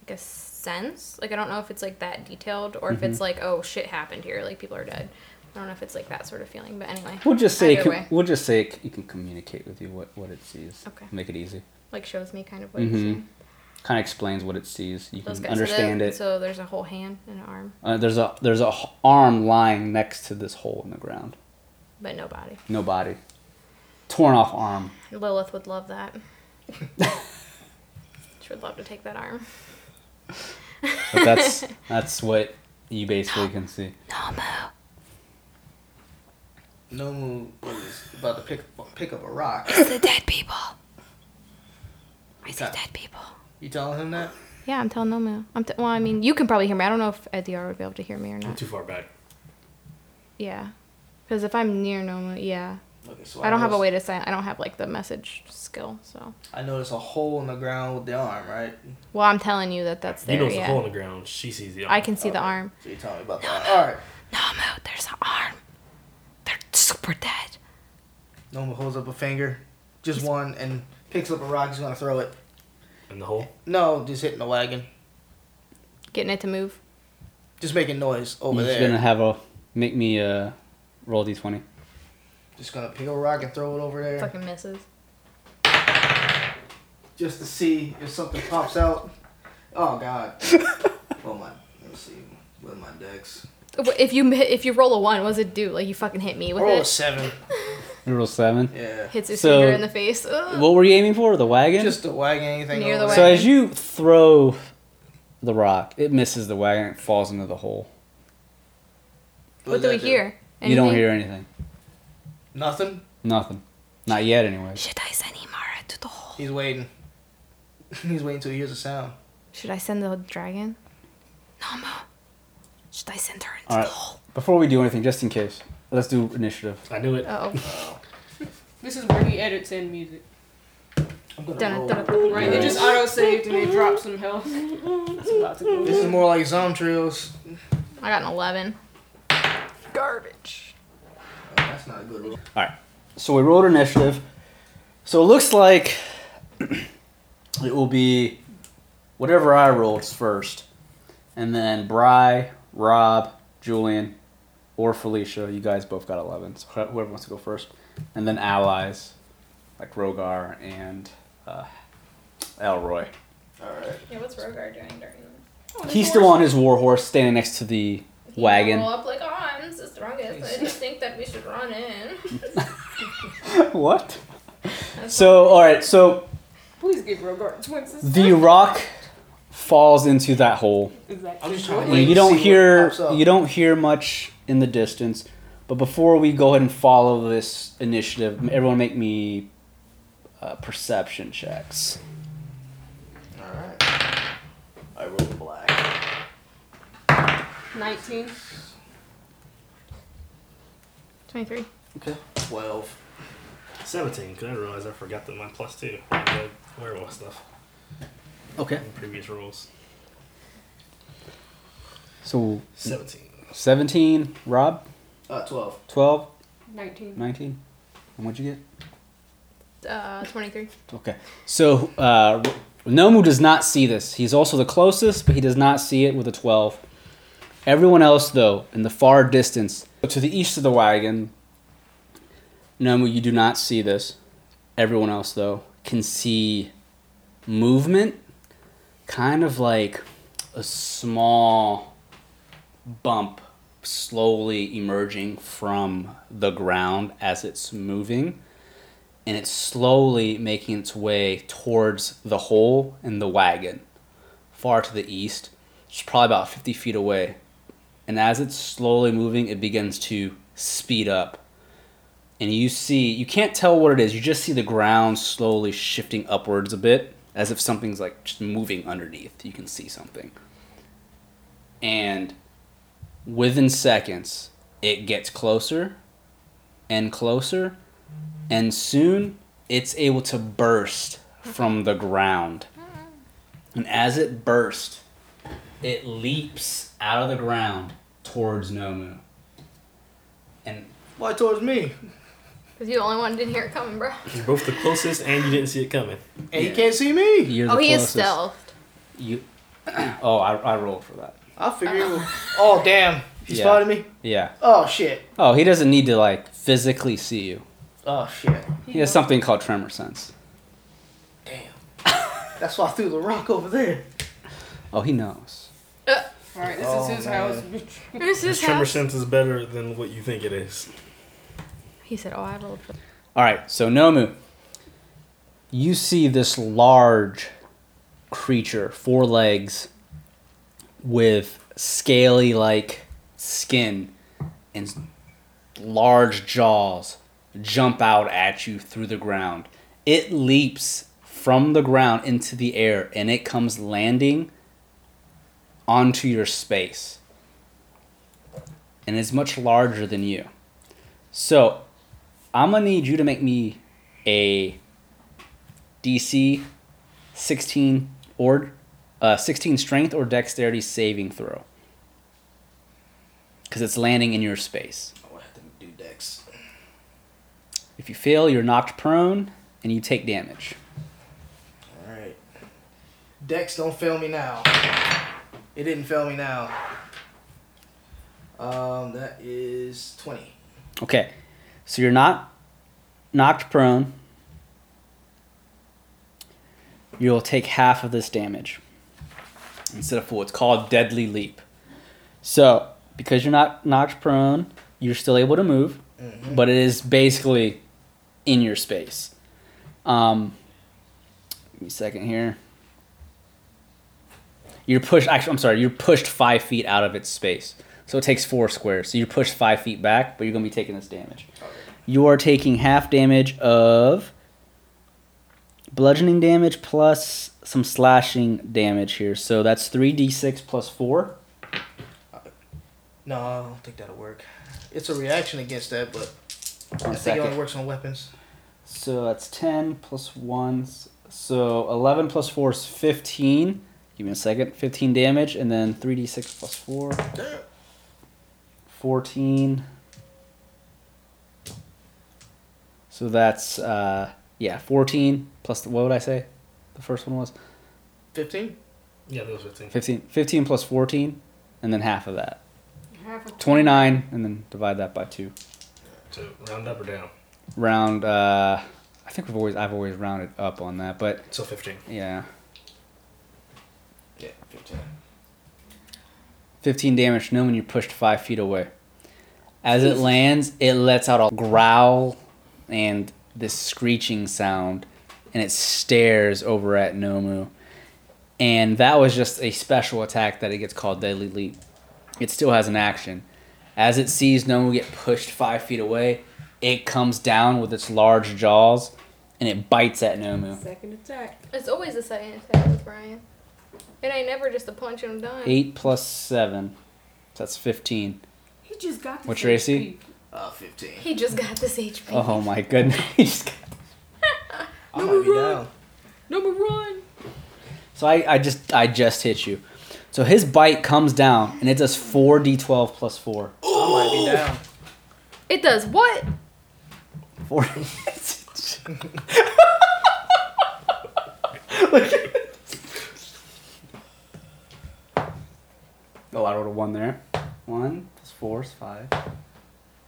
S5: like a sense. Like I don't know if it's like that detailed or if it's
S2: Mm-hmm.
S5: like oh shit happened here, like people are dead. I don't know if it's like that sort of feeling, but anyway.
S2: We'll just say it
S5: Either
S2: can,
S5: way.
S2: we'll just say it, c- it can communicate with you what, what it sees.
S5: Okay.
S2: Make it easy.
S5: like shows me kind of what you're
S2: Mhm.
S5: saying.
S2: Kind of explains what it sees. You
S5: Those
S2: can
S5: guys.
S2: understand
S5: so
S2: it.
S5: So there's a whole hand and an arm,
S2: Uh, there's a there's a h- arm lying next to this hole in the ground.
S5: but no body.
S2: No body. Torn off arm.
S5: Lilith would love that. *laughs* she would love to take that arm.
S2: But that's that's what you basically can see.
S7: Nomu was about to pick pick up a rock.
S5: The dead people. I
S7: see Okay.
S5: dead people.
S7: You telling him that?
S5: Yeah, I'm telling Nomu. I'm t- well, I mean, you can probably hear me. I don't know if Edr would be able to hear me or
S3: I'm
S5: not.
S3: too far back.
S5: Yeah, because if I'm near Nomu, yeah,
S7: Okay, so
S5: I don't have a
S7: noticed-
S5: way to sign. I don't have like the message skill. So,
S7: I noticed a hole in the ground with the arm, right?
S5: well, I'm telling you that that's
S3: He
S5: there.
S3: knows the hole
S5: yeah,
S3: in the ground. She sees the.
S5: I can see the
S7: Okay.
S5: arm.
S7: So you telling me about that? All right.
S5: Nomu, there's an arm. They're super dead.
S7: Nomu holds up a finger, just one, and picks up a rock. He's gonna throw it.
S3: in the hole.
S7: No, just hitting the wagon.
S5: Getting it to move.
S7: Just making noise over
S2: You're just
S7: there.
S2: gonna have a make me uh, roll d twenty.
S7: Just gonna pick up a rock and throw it over there,
S5: Fucking misses.
S7: just to see if something pops out. Oh God.
S5: *laughs*
S7: well, my let me see. With my decks.
S5: If you if you roll a one, what does it do? Like you fucking hit me with
S7: I rolled a
S5: it.
S7: seven.
S2: You roll seven.
S7: Yeah.
S5: Hits his
S2: So-
S5: finger in the face. Ugh.
S2: What were you aiming for? The wagon.
S7: Just the wagon, anything
S5: Near the
S7: over
S2: so
S5: wagon.
S2: as you throw the rock, it misses the wagon. It falls into the hole.
S7: there.
S5: what do we
S7: does that
S5: hear?
S2: You don't
S5: Anything?
S2: hear anything.
S7: Nothing.
S2: Nothing. Not yet, anyway.
S5: Should I send Imara to the hole?
S7: He's waiting. *laughs* He's waiting till he hears a sound.
S5: Should I send the dragon? Nomu. Should I send her into
S2: All right. Before we do anything, just in case, let's do initiative.
S3: I knew it.
S5: Oh.
S4: This is where he edits in music.
S7: I'm gonna
S5: Dun,
S7: roll.
S5: dun, dun.
S4: Right? They just auto saved and they drop some health. That's about to go.
S7: This is more like Zom Trails.
S5: I got an eleven. Garbage.
S7: Oh, that's not a good roll.
S2: So we rolled initiative. So it looks like *clears throat* it will be whatever I rolled first, and then Bry, Rob, Julian, or Felicia. You guys both got eleven. So wh- whoever wants to go first, and then allies like Rogar and uh, Elroy.
S7: Alright.
S5: Yeah, what's Rogar doing during this?
S2: He's still on his war horse, standing next to the *laughs* Wagon.
S5: Roll up like, oh, I'm the strongest. I just think that we should run in.
S2: what? So all right, so
S4: Please give Rogar twins. this
S2: the rock falls into that hole.
S4: time. Is that
S7: I'm just
S4: your
S7: trying to
S4: voice?
S7: Wait,
S2: you don't
S7: see what
S2: hear
S7: pops up.
S2: you don't hear much in the distance. But before we go ahead and follow this initiative, everyone make me uh, perception checks.
S7: Alright. I rolled black.
S4: 19.
S5: Twenty-three.
S7: Twelve.
S3: Seventeen. Cause I realized I forgot that my plus two. The werewolf stuff.
S2: Okay.
S3: In previous rolls.
S2: So
S3: Seventeen.
S2: 17, Rob,
S7: Uh, twelve.
S2: 12,
S4: 19.
S2: 19. And what'd you get?
S5: Uh, twenty-three.
S2: Okay. So uh, Nomu does not see this. He's also the closest, but he does not see it with a 12. Everyone else, though, in the far distance, to the east of the wagon, Nomu, you do not see this. Everyone else, though, can see movement, kind of like a small bump slowly emerging from the ground as it's moving and it's slowly making its way towards the hole in the wagon, far to the east. It's probably about 50 feet away. And as it's slowly moving, it begins to speed up. And you see, you can't tell what it is. You just see the ground slowly shifting upwards a bit, as if something's like just moving underneath. You can see something. And within seconds, it gets closer and closer and soon it's able to burst from the ground. And as it bursts, it leaps out of the ground towards Nomu. And
S7: Why towards me?
S5: Cause you the only one didn't hear it coming, bro.
S3: You're both the closest, and you didn't see it coming.
S7: And he can't see me.
S2: you're the
S5: oh, he
S2: closest.
S5: is stealth.
S2: You. oh, I, I rolled for that.
S7: I figure. it was- *laughs* Oh damn! He
S2: Yeah.
S7: spotted me.
S2: Yeah.
S7: Oh shit.
S2: Oh, he doesn't need to like physically see you.
S7: Oh shit.
S2: He has something called tremor sense.
S7: Damn. *laughs* That's why I threw the rock over there.
S2: Oh, he knows.
S4: Alright, this
S7: Oh,
S4: is his
S7: man.
S4: house. *laughs*
S5: This
S3: His
S5: is
S3: tremor
S5: house.
S3: sense is better than what you think it is.
S5: He said, "Oh, I rolled for."
S2: All right, so Nomu, you see this large creature, four legs, with scaly like skin and large jaws jump out at you through the ground. It leaps from the ground into the air and it comes landing onto your space. And is much larger than you. So I'm gonna need you to make me a DC 16 or uh, 16 strength or dexterity saving throw. Because it's landing in your space.
S6: I would have to do dex.
S2: If you fail, you're knocked prone and you take damage.
S7: Alright. Dex, don't fail me now. It didn't fail me now. Um, that is 20.
S2: Okay, so you're not knocked prone. You'll take half of this damage instead of full. It's called Deadly Leap. So, because you're not knocked prone, you're still able to move, but it is basically in your space. Um, give me a second here. You're pushed. Actually, I'm sorry. You're pushed five feet out of its space, so it takes four squares. So you're pushed five feet back, but you're gonna be taking this damage. You are taking half damage of bludgeoning damage plus some slashing damage here. So that's three d6 plus four.
S7: No, I don't think that'll work. It's a reaction against that, but
S2: One
S7: I think it only
S2: second.
S7: works on weapons.
S2: So that's ten plus one. s- So eleven plus four is fifteen. Give me a second. Fifteen damage, and then three d6 plus four. 14. So that's uh yeah, 14 plus what would I say? The first one was
S7: 15?
S3: Yeah, those 15.
S2: 15 15 plus 14 and then half of that.
S4: Half of-
S2: 29 and then divide that by 2.
S3: So round up or down?
S2: Round uh I think we've always I've always rounded up on that, but
S3: So 15.
S2: yeah.
S7: Yeah, 15.
S2: 15 damage to when you're pushed 5 feet away. As it lands, it lets out a growl and this screeching sound, and it stares over at Nomu. And that was just a special attack that it gets called Deadly Leap. It still has an action. As it sees Nomu get pushed 5 feet away, it comes down with its large jaws and it bites at Nomu.
S4: Second attack.
S5: It's always a second attack with Brian. It ain't never just a punch and I'm done.
S2: 8 plus 7. So that's 15.
S4: He just got.
S2: What's your AC?
S7: Uh, 15.
S5: He just got this HP.
S2: Oh my goodness. *laughs* He just got-
S7: I might be down.
S4: Number one.
S2: So I, I just I just hit you. So his bite comes down and it does four D twelve plus four.
S7: I might be down.
S5: It does what?
S2: Four *laughs* Oh, I rolled a one there. One plus four is five.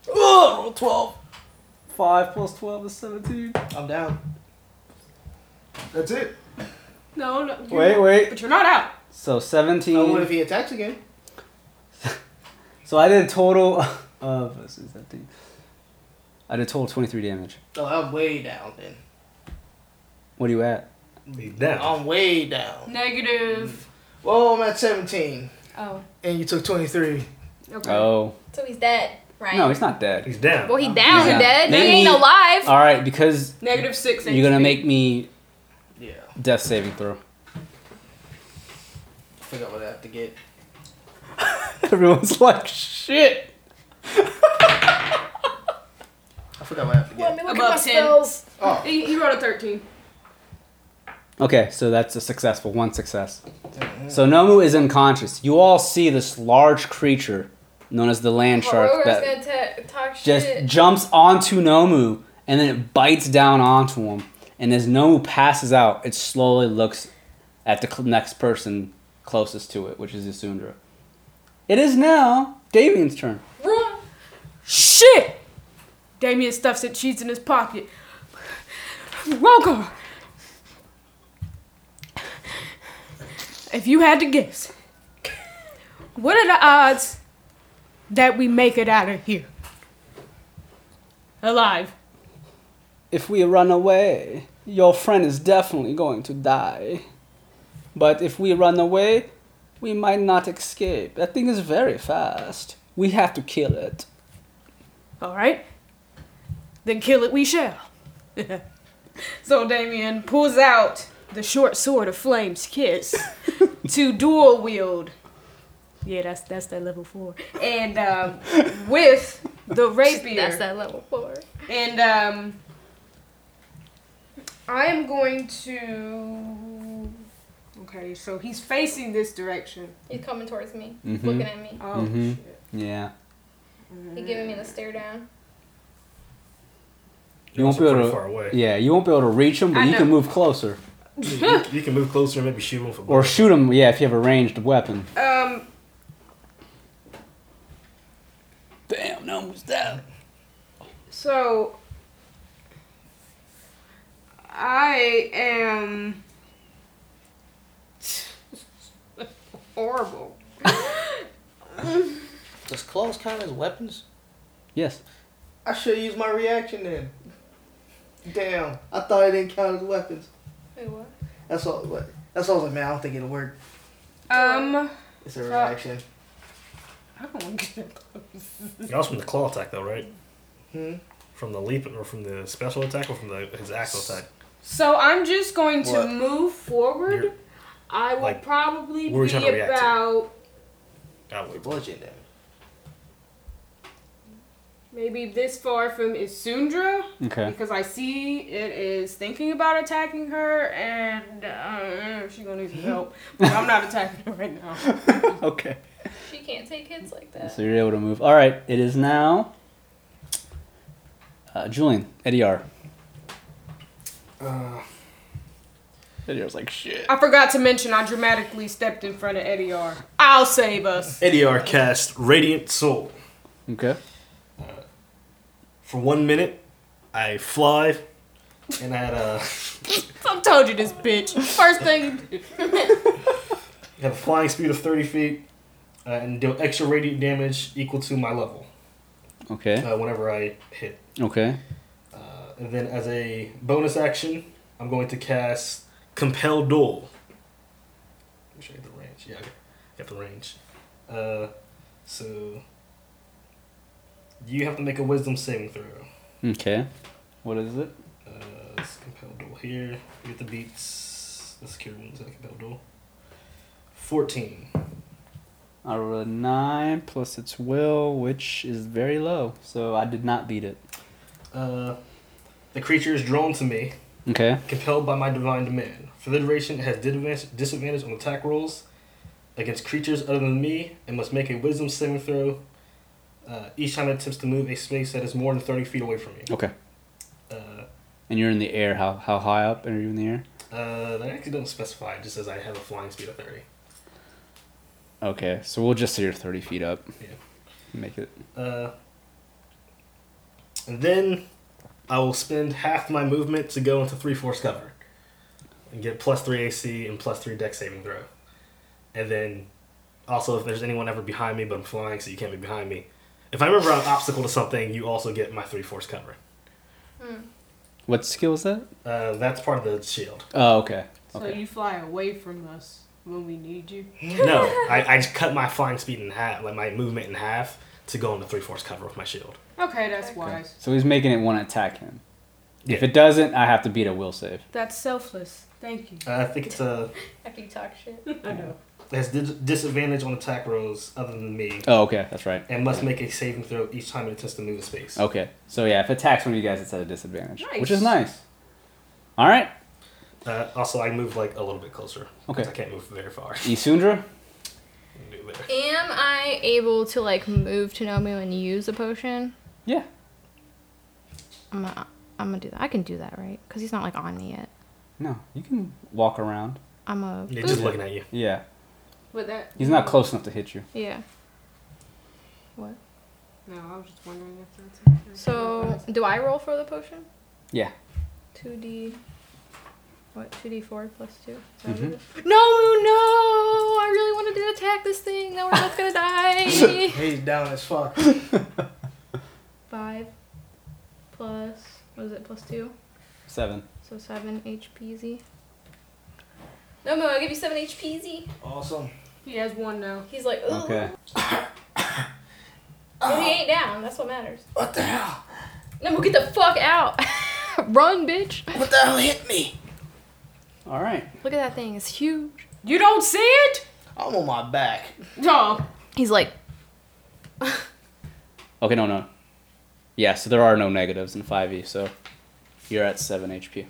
S7: Oh, roll 12.
S2: Five plus twelve is seventeen.
S7: I'm down. That's it.
S4: No, no. you're
S2: Wait,
S4: not-
S2: wait.
S4: But you're not out.
S7: Oh,
S2: So
S7: what if
S2: seventeen.
S7: he attacks again?
S2: So I did a total *laughs* of this is seventeen. I did a total twenty three damage.
S7: No, Oh, I'm way down then.
S2: What are you at?
S3: He's
S2: Oh.
S3: down.
S7: I'm way down.
S4: Negative.
S7: Well, I'm at 17,
S4: Oh.
S7: and you took 23.
S4: Okay.
S2: Oh.
S5: So he's dead, right?
S2: No, he's not dead.
S3: He's down.
S5: Well, he down
S2: He's
S5: and
S2: not.
S5: dead.
S2: Make
S5: he ain't
S2: me-
S5: alive.
S2: Alright, because
S4: Negative six.
S2: You're gonna
S4: HP.
S2: make me
S7: Yeah.
S2: death saving throw. *laughs*
S7: I forgot what I have to get.
S2: Everyone's like, shit.
S7: I forgot what I have to get.
S5: Let me look at
S4: Above
S5: my
S4: 10.
S5: spells.
S7: Oh,
S4: He, he rolled a thirteen.
S2: Okay, so that's a successful one success. So Nomu is unconscious. You all see this large creature known as the land shark
S5: Aurora's
S2: that
S5: gonna ta- talk
S2: just
S5: shit.
S2: jumps onto Nomu and then it bites down onto him. And as Nomu passes out, it slowly looks at the cl- next person closest to it, which is Isundra. It is now Davian's turn.
S4: Run. Shit. Damien stuffs it. She's in his pocket. Rogar. if you had to guess, what are the odds that we make it out of here? Alive.
S2: If we run away, your friend is definitely going to die. But if we run away, we might not escape. That thing is very fast. We have to kill it.
S4: All right. Then kill it we shall. *laughs* so Damien pulls out the short sword of
S5: *laughs*
S4: Flame's Kiss to dual wield. Yeah, that's that's that level four. And um, with the
S5: *laughs*
S4: rapier.
S5: That's that level four.
S4: And um, I am going to. Okay, so he's facing this direction.
S5: He's coming towards me,
S2: Mhm.
S5: looking at me.
S4: Oh
S5: Mm-hmm.
S2: Mhm.
S4: shit!
S2: Yeah.
S5: He's giving me the stare down.
S2: You won't
S3: Also
S2: be able
S3: pretty
S2: to.
S3: far away.
S2: Yeah, you won't be able to reach him, but
S4: I
S2: you can
S4: know.
S2: move closer
S3: You, you can move closer and maybe shoot him for
S2: or shoot him. Yeah, if you have a ranged weapon.
S4: Um,
S1: Damn, no one's down.
S4: so I am horrible.
S7: Does claws count as weapons?
S2: Yes.
S7: I should use my reaction then. Damn, I thought it didn't count as weapons.
S5: Wait, what?
S7: That's all. What? That's all. I was like, man, I don't think it'll work.
S4: Um,
S7: It's a
S4: Fuck.
S7: reaction.
S4: I don't want to get
S3: That was from the claw attack, though, right?
S7: Hmm.
S3: From the leap or from the special attack or from the his axle attack.
S4: So I'm just going to
S7: What?
S4: move forward.
S3: You're-
S4: I will
S3: like,
S4: probably
S3: what are you
S4: be
S3: trying to react to?
S4: about
S3: Outward.
S7: Bludgeon damage.
S4: maybe this far from Isundra.
S2: Okay.
S4: Because I see it is thinking about attacking her, and uh, she's gonna need some
S3: *laughs*
S4: help. But I'm not attacking her right now.
S2: *laughs* okay.
S5: She can't take hits like that.
S2: So you're able to move. All right. It is now. Uh, Julian, Eddie R.
S7: Uh,
S2: Eddie R's like shit.
S4: I forgot to mention I dramatically stepped in front of Eddie R. I'll save us.
S3: ADR E cast Radiant Soul.
S2: Okay.
S3: For one minute, I fly and I had a,
S4: I told you this, bitch. First thing you do.
S3: had a flying speed of 30 feet uh, and deal extra radiant damage equal to my level
S2: Okay.
S3: uh, whenever I hit.
S2: Okay.
S3: Uh, and then as a bonus action, I'm going to cast Compel Duel. Let me show you the range. Yeah, I got the range. Uh, so you have to make a Wisdom saving throw.
S2: Okay. What is it?
S3: Uh, let's Compel Duel here. You get the beats. The secure wounds at Compel Duel. 14.
S2: I rolled a nine plus its will, which is very low, so I did not beat it.
S3: Uh, the creature is drawn to me.
S2: Okay.
S3: compelled by my divine demand. For the duration, it has disadvantage, disadvantage on attack rolls against creatures other than me and must make a wisdom saving throw uh, each time it attempts to move a space that is more than 30 feet away from me.
S2: Okay.
S3: Uh,
S2: And you're in the air. How how high up are you in the air?
S3: uh, that actually doesn't specify, it just says I have a flying speed of 30.
S2: Okay. So we'll just say you're thirty feet up.
S3: Yeah.
S2: Make it.
S3: Uh, and then I will spend half my movement to go into three force cover and get plus three AC and plus three deck saving throw. And then also, if there's anyone ever behind me, but I'm flying, so you can't be behind me. If I remember an obstacle to something, you also get my three force cover.
S2: What skill is that?
S3: Uh, that's part of the shield.
S2: Oh, okay.
S4: So
S2: Okay.
S4: you fly away from us when we need you.
S3: No, I, I just cut my flying speed in half, like my movement in half, to go into three force cover with my shield.
S4: Okay, that's
S5: Okay.
S4: wise.
S2: So he's making it want to attack him. If
S3: Yeah.
S2: it doesn't, I have to beat a will save.
S4: That's selfless. Thank you.
S3: Uh, I think it's a
S5: After you talk shit.
S4: I know.
S3: it has dis- disadvantage on attack rolls other than me.
S2: Oh, okay. That's right.
S3: and must make a saving throw each time it attempts to move a space.
S2: Okay. So yeah, if it attacks one of you guys, it's at a disadvantage, which is
S4: Nice.
S2: nice. All right.
S3: Uh, also, I move like a little bit closer. 'cause
S2: Okay.
S3: I can't move very
S2: *laughs*
S3: far.
S2: Isundra.
S3: Do there.
S5: *laughs* Am I able to like move to Nomu and use a potion?
S2: Yeah.
S5: I'm gonna, I'm gonna do that. I can do that, right? Because he's not like on me yet.
S2: No, you can walk around.
S5: I'm a
S3: They're just looking at you.
S2: Yeah.
S4: With that,
S2: He's not close enough to hit you.
S5: yeah.
S4: No, I was just wondering if that's. if that's
S5: So do I roll for the potion?
S2: Yeah.
S5: Two D. What? Two D four plus two.
S2: Mhm.
S5: No, no. I really wanted to attack this thing. Now we're both
S2: *laughs*
S5: gonna die.
S7: He's down as fuck.
S5: Five plus what is it? Plus two,
S2: Seven.
S5: so seven HPZ. No, Mo, I'll give you seven HPZ.
S7: Awesome.
S4: He has one now.
S5: He's like, Ugh.
S2: Okay.
S5: And he ain't down. That's what matters.
S6: What the hell?
S5: No, get the fuck out. *laughs* Run, bitch.
S6: What the hell hit me?
S2: All right.
S5: Look at that thing. It's huge.
S4: You don't see it?
S7: I'm on my back.
S4: No.
S5: He's like,
S2: Okay, no, no. Yeah, so there are no negatives in 5e, so you're at 7 HP.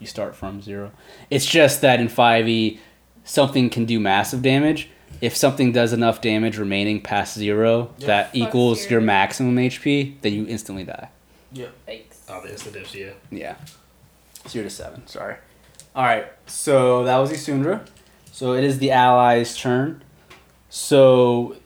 S2: You start from 0. It's just that in 5e, something can do massive damage. If something does enough damage remaining past 0 that equals
S5: zero.
S2: your maximum HP, then you instantly die.
S5: thanks.
S3: Oh, the instant dips, yeah.
S2: Yeah. Zero to seven, sorry. Alright, so that was Isundra. So it is the allies' turn. So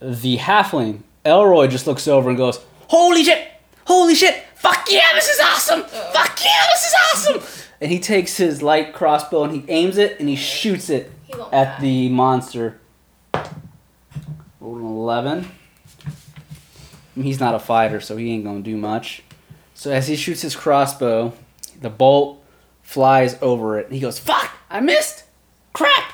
S2: the halfling, Elroy, just looks over and goes, Holy shit! Holy shit! Fuck yeah, this is awesome! Fuck yeah, this is awesome! And he takes his light crossbow and he aims it and he shoots it
S5: He won't
S2: at
S5: die.
S2: the monster. Roll an 11. He's not a fighter, so he ain't gonna do much. So as he shoots his crossbow, the bolt flies over it. He goes, "Fuck! I missed! Crap!"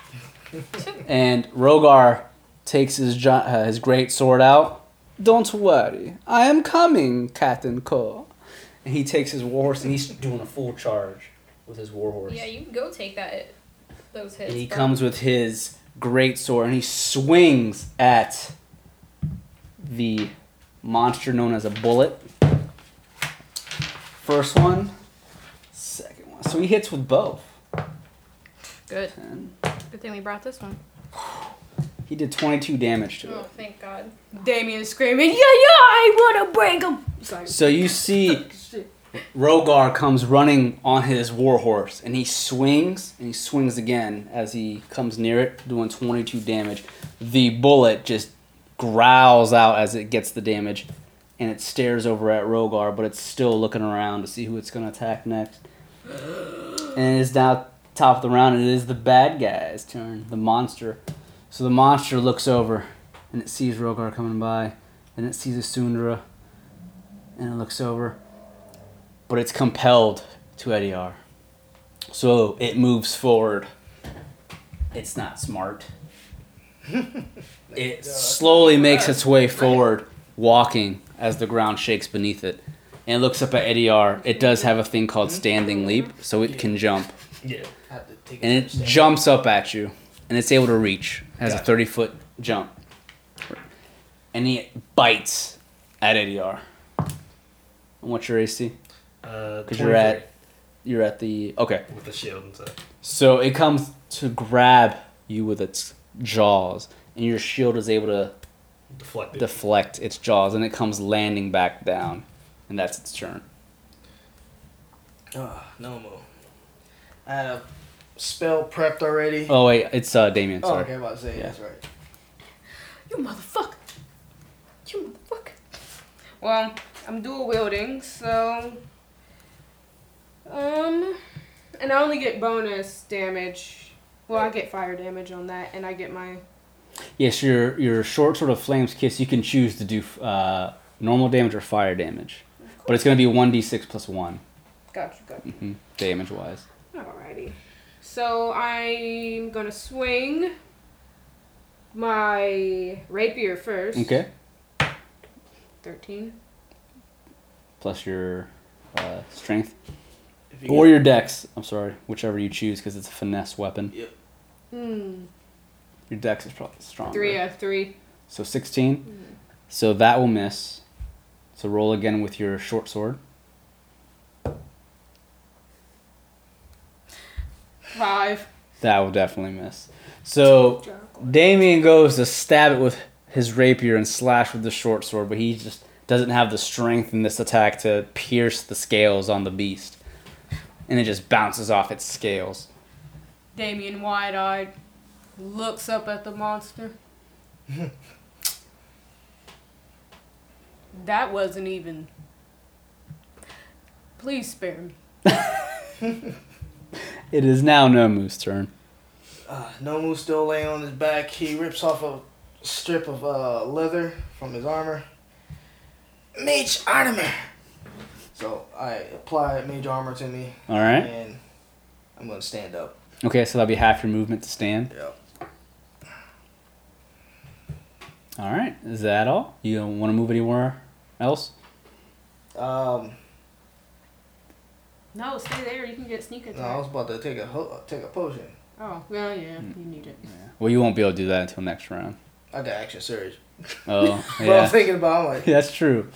S2: and Rogar takes his gi- uh, his great sword out. Don't worry, I am coming, Cat and Co. And he takes his warhorse and he's doing a full charge with his warhorse.
S5: Yeah, you can go take that. Those hits.
S2: and he
S5: but-
S2: comes with his great sword and he swings at the monster known as a bullet. First one, second one. So he hits with both.
S5: Good.
S2: And
S5: Good thing we brought this one.
S2: he did 22 damage to
S5: Oh,
S2: it.
S5: thank God.
S4: Damien screaming, yeah, yeah, I wanna break him. It's like,
S2: So you see Rogar comes running on his warhorse and he swings and he swings again as he comes near it, doing 22 damage. The bullet just growls out as it gets the damage and it stares over at Rogar, but it's still looking around to see who it's going to attack next. And it is now top of the round and it is the bad guy's turn, the monster. So the monster looks over and it sees Rogar coming by and it sees Asundra and it looks over but it's compelled to ADR. So it moves forward. It's not smart. it slowly makes its way forward, walking as the ground shakes beneath it. And it looks up at ADR. It does have a thing called standing leap, so it can jump.
S3: Yeah.
S7: I have to take
S2: And it jumps up at you, and it's able to reach. It has a
S3: Gotcha.
S2: 30 foot jump. And it bites at ADR. And what's your AC?
S3: Uh,
S2: Because you're at you're at the okay.
S3: 23 with the shield and stuff.
S2: So it comes to grab you with its jaws, and your shield is able to
S3: Deflected.
S2: deflect its jaws, and it comes landing back down, and that's its turn.
S7: Oh, no mo. I had a spell prepped already.
S2: Oh wait, it's uh, Damien.
S7: Oh,
S2: Sorry.
S7: okay, I was about to say
S2: Yeah.
S7: that's right.
S4: you motherfucker.
S5: You motherfucker.
S4: Well, I'm dual wielding, so. Um. And I only get bonus damage. Well, I get fire damage on that, and I get my.
S2: Yes, your your short sort of flames kiss. You can choose to do uh, normal damage or fire damage, but it's gonna be one d six plus one
S4: Got you, got you.
S2: mm-hmm. damage wise.
S4: Alrighty. So I'm gonna swing my rapier first.
S2: Okay.
S4: 13.
S2: Plus your uh, strength
S7: If you
S2: or
S7: get-
S2: your dex. I'm sorry, whichever you choose, because it's a finesse weapon.
S4: Hmm.
S2: Your dex is probably stronger.
S4: Three out of three.
S2: So 16. So that will miss. So roll again with your short sword.
S4: Five.
S2: That will definitely miss. So Damien goes to stab it with his rapier and slash with the short sword, but he just doesn't have the strength in this attack to pierce the scales on the beast. And it just bounces off its scales.
S4: Damien, wide eyed, looks up at the *laughs* monster. that wasn't even. Please spare me.
S2: It is now Nomu's turn.
S7: Uh, Nomu's still laying on his back. He rips off a strip of uh, leather from his armor. Mage armor! So I apply mage armor to me,
S2: All right.
S7: and I'm going to stand up.
S2: Okay, so that'll be half your movement to stand.
S7: Yep.
S2: All right. Is that all? You don't want to move anywhere else?
S7: Um,
S4: No, stay there. You can get sneak
S7: no, I
S4: attack.
S7: was about to take a, ho- take a potion.
S4: Oh, well, yeah, you need
S7: Mm.
S4: it.
S2: Well, you won't be able to do that until next round.
S7: I got action surge.
S2: *laughs* Oh,
S7: *laughs* But I'm
S2: yeah.
S7: thinking about, I'm like,
S2: Yeah, That's true.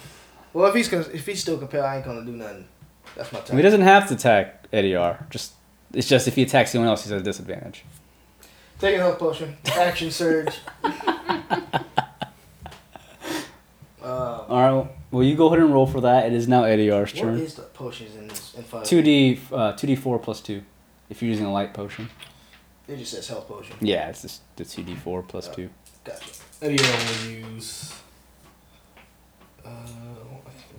S7: well, if he's gonna, if he's still compelled, I ain't gonna do nothing. That's my
S2: He
S7: time.
S2: doesn't have to attack Eddie R. Just it's just if he attacks anyone else, he's at a disadvantage.
S7: Take a health potion. Action
S2: *laughs*
S7: surge. uh,
S2: All right. Well, you go ahead and roll for that. It is now Eddie R's
S7: what
S2: turn.
S7: is the potions in this? In five.
S2: Two D, uh, two D four plus two. If you're using a light potion.
S7: It just says health potion.
S2: Yeah, it's just the two D four plus two.
S7: Gotcha.
S3: Eddie will use. Uh,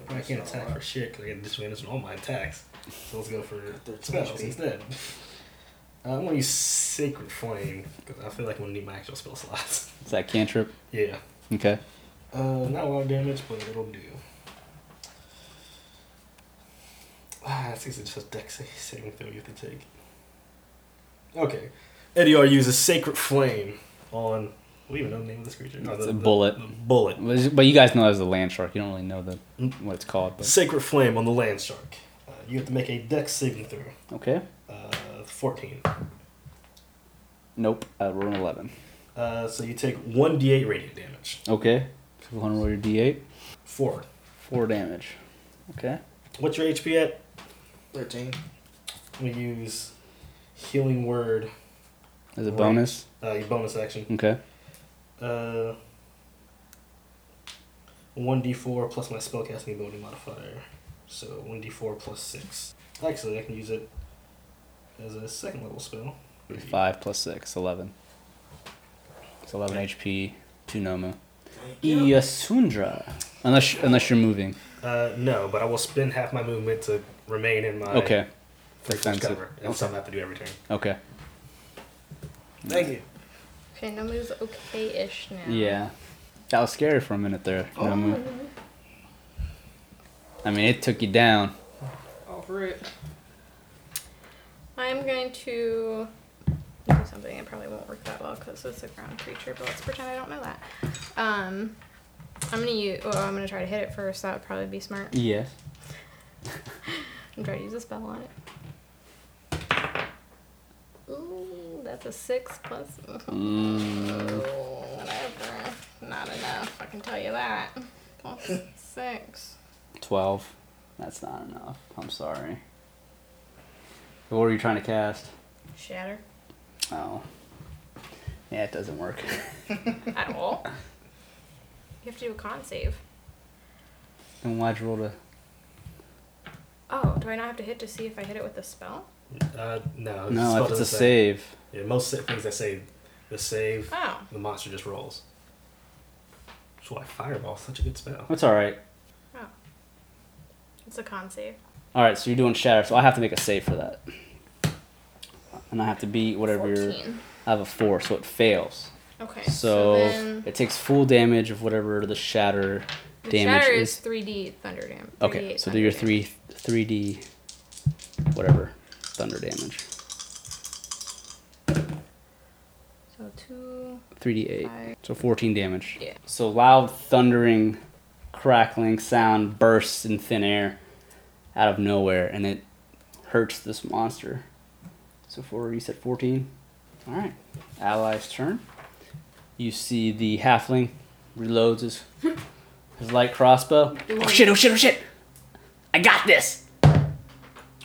S3: I can't attack for shit because I get disadvantage on all my attacks. So let's go for
S7: Thirteen
S3: specials
S7: HP.
S3: instead. Uh, I'm gonna use Sacred Flame because I feel like I'm gonna need my actual spell slots. *laughs*
S2: Is that cantrip?
S3: yeah.
S2: Okay.
S3: Uh, not a lot of damage, but it'll do. Ah, I think it's just dex saving throw you have to take. Okay. Eddie uses Sacred Flame on. We even know the name of this creature.
S2: It's a bullet.
S3: the bullet.
S2: Well, it's- But you guys know that as a land shark. You don't really know the
S7: Mm-hmm.
S2: what it's called. But
S3: Sacred Flame on the land shark. Uh, you have to make a dex saving throw.
S2: okay.
S3: Uh, 14.
S2: Nope. Uh, roll an eleven.
S3: Uh, so you take 1d8 radiant damage.
S2: Okay. So you want to roll your D eight.
S3: 4.
S2: Four damage. Okay.
S3: What's your HP at?
S7: Thirteen.
S3: We use Healing Word,
S2: As a
S3: Right.
S2: bonus.
S3: uh, your bonus action.
S2: Okay.
S3: Uh, 1d4 plus my spellcasting ability modifier. So 1d4 plus 6. Actually, I can use it as a second level spell.
S2: Five plus six. Eleven. It's eleven HP. Two Noma. Iasundra. Unless unless you're moving.
S3: Uh, no, but I will spend half my movement to remain in my
S2: Okay.
S3: first
S2: Defensive.
S3: cover. That's something I have to do every turn.
S2: Okay.
S7: Thank you.
S5: Okay, Nomu's okay-ish now.
S2: Yeah. That was scary for a minute there. Nomu. I mean, it took you down.
S4: Over it.
S5: I'm going to do something that probably won't work that well because it's a ground creature, but let's pretend I don't know that. Um, I'm gonna use. Well, I'm gonna try to hit it first. That would probably be smart.
S2: Yes.
S5: I'm trying to use a spell on it. Ooh, that's a six plus.
S2: Mm,
S5: Ooh, whatever. Not enough. I can tell you that. Plus six.
S2: Twelve. That's not enough. I'm sorry. What were you trying to cast?
S5: Shatter
S2: Oh. Yeah, it doesn't work.
S5: at all. You have to do a con save.
S2: and why'd you roll to?
S5: Oh, do I not have to hit to see if I hit it with a spell?
S3: Uh, no. the spell
S2: No, if it's a
S3: doesn't say-
S2: save.
S3: Yeah, most sa- things that say the save,
S5: Oh.
S3: the monster just rolls. That's why Fireball's such a good spell.
S2: That's all right.
S5: Oh. It's a con save.
S2: All right, so you're doing shatter, so I have to make a save for that, and I have to beat whatever you're.
S5: 14.
S2: I have a four, so it fails.
S5: Okay.
S2: So,
S5: then
S2: it takes full damage of whatever the shatter
S5: the
S2: damage
S5: shatter
S2: is.
S5: is 3D thunder damage.
S2: Okay, so do your three three D whatever thunder damage.
S5: So two.
S2: Three D eight.
S5: Five.
S2: So fourteen damage.
S5: Yeah.
S2: So loud thundering crackling sound bursts in thin air out of nowhere and it hurts this monster. So for you said fourteen? Alright. Allies turn. You see the halfling reloads his his light crossbow. Oh shit, oh shit, oh shit! I got this!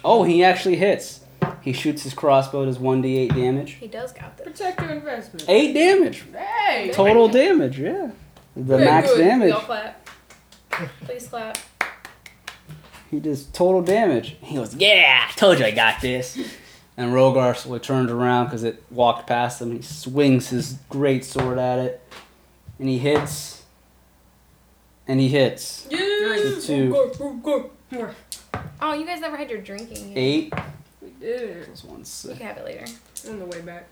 S2: Oh, he actually hits. He shoots his crossbow, does 1d8 damage.
S5: He does got this.
S4: Protect your investment.
S2: 8 damage!
S4: Hey!
S2: Total damage, yeah. The
S5: Very
S2: max
S5: good.
S2: damage.
S5: Y'all clap. Please clap.
S2: He does total damage. He goes, Yeah, I told you I got this. And Rogar slowly turns around because it walked past him. He swings his great sword at it. And he hits. And he hits.
S4: Yeah!
S2: So two,
S5: Oh, you guys never had your drinking.
S2: eight.
S4: We did.
S2: Plus one
S5: You
S2: six.
S5: can have it later.
S4: On the way back.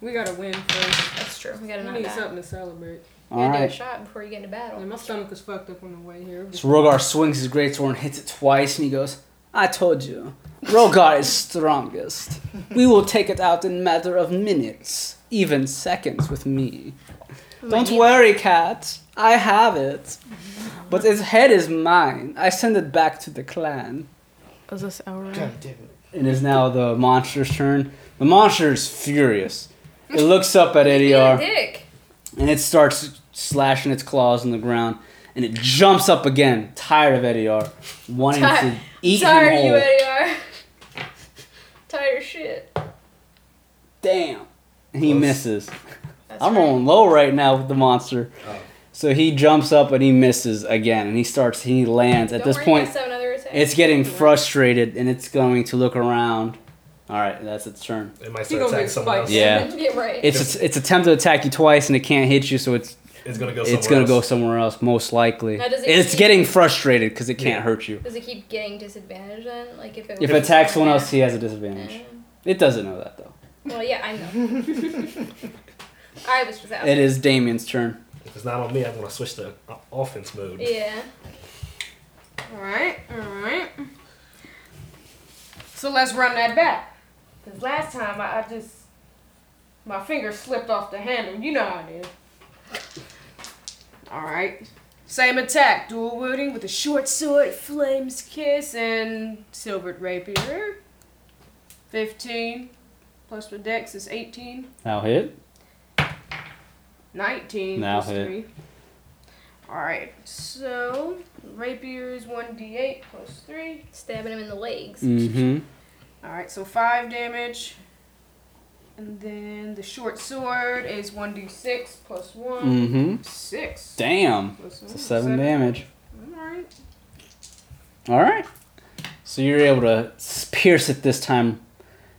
S4: We gotta win first.
S5: That's true. We gotta
S4: We
S5: not
S4: need
S5: die.
S4: something to celebrate.
S5: You
S2: All
S5: gotta do a
S2: right.
S5: shot before you get into
S7: Oh.
S5: battle.
S4: And my stomach is fucked up on the way here.
S2: So Rogar swings his greatsword and hits it twice, and he goes, I told you, Rogar is strongest. We will take it out in matter of minutes, even seconds with me. Don't worry, cat. I have it. But its head is mine. I send it back to the clan.
S5: Is this our
S7: God damn it.
S2: It is now the monster's turn. The monster is furious. It looks up at ADR.
S5: Dick.
S2: and it starts slashing its claws in the ground, and it jumps up again, tired of Ediar, wanting
S5: Tired-
S2: to eat
S5: Sorry,
S2: him
S5: you
S2: whole.
S5: Eddie are. *laughs* Tired of shit.
S2: Damn, and he
S3: Close.
S2: misses.
S5: That's
S2: I'm
S5: right.
S2: rolling low right now with the monster.
S3: Oh.
S2: So he jumps up and he misses again, and he starts. He lands. At
S5: Don't
S2: this
S5: worry,
S2: point,
S5: I still have another attack.
S2: it's getting frustrated, and it's going to look around. All right, that's its turn.
S3: It might
S4: He
S3: start
S4: gonna
S3: attacking
S4: get
S3: someone else.
S4: spiked.
S2: Yeah.
S5: *laughs* Yeah, right.
S2: It's it's attempt to attack you twice, and it can't hit you, so it's
S3: It's gonna go. Somewhere
S2: it's gonna go
S3: else.
S2: somewhere else, most likely.
S5: Now, does it
S2: It's
S5: keep-
S2: getting frustrated because it can't
S3: Yeah.
S2: hurt you.
S5: Does it keep getting disadvantaged then? Like if it
S2: If it
S5: was-
S2: attacks someone else, he
S5: Yeah.
S2: has a disadvantage. It doesn't know that though.
S5: Well, yeah, I know. I was just out.
S2: It is Damien's turn.
S3: If it's not on me, I'm gonna switch to o- offense mode.
S5: Yeah.
S4: Alright, alright. So let's run that back. Because last time I, I just. My finger slipped off the handle. You know how it is. Alright. Same attack. Dual wielding with a short sword, flames kiss, and silvered rapier. 15. Plus the dex is 18.
S2: Now hit.
S4: 19
S2: Now
S4: plus
S2: hit.
S4: 3. Alright, so rapier is 1d8 plus 3.
S5: Stabbing him in the legs.
S2: Mm-hmm.
S4: All right, so five damage, and then the short sword is one d six plus one,
S2: Mm-hmm.
S4: six
S2: Damn.
S4: plus one.
S2: It's a seven damage.
S4: All right.
S2: All right. So you're able to s- pierce it this time,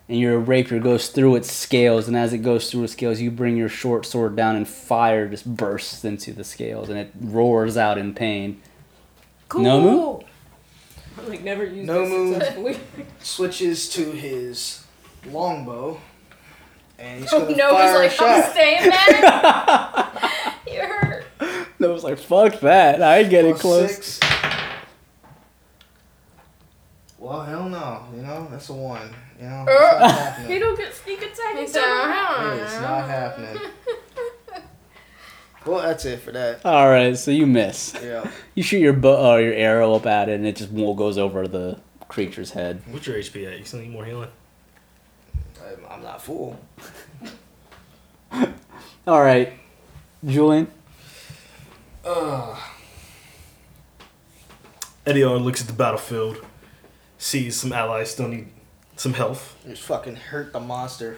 S2: and your rapier goes through its scales. And as it goes through its scales, you bring your short sword down, and fire just bursts into the scales, and it roars out in pain.
S4: Cool. I,
S2: Nomu?
S4: *laughs* like never used
S7: No
S4: that
S7: move.
S4: *laughs* successfully.
S7: Switches to his longbow. And he's
S5: *laughs* Oh,
S7: gonna
S5: no, he's
S7: fire a
S5: like, I'm
S7: shot.
S5: staying back.
S2: *laughs*
S5: you hurt.
S2: No, it's like fuck that. I ain't getting
S7: Plus six. Well, hell no. You know, that's a one. You know,
S5: Er.
S7: it's not happening.
S5: *laughs*
S4: he don't get sneak attack.
S5: It's
S4: He's down.
S7: It's not happening. Well, that's it for that.
S2: All right. So you miss.
S7: Yeah.
S2: You shoot your bow or your arrow up at it, and it just wo- goes over the creature's head.
S3: What's your HP at? You still need more healing.
S7: I'm, I'm not fool.
S2: All right, Julian.
S3: Uh.
S7: Ugh.
S3: Ediar looks at the battlefield, sees some allies still need some health.
S7: Just fucking hurt the monster.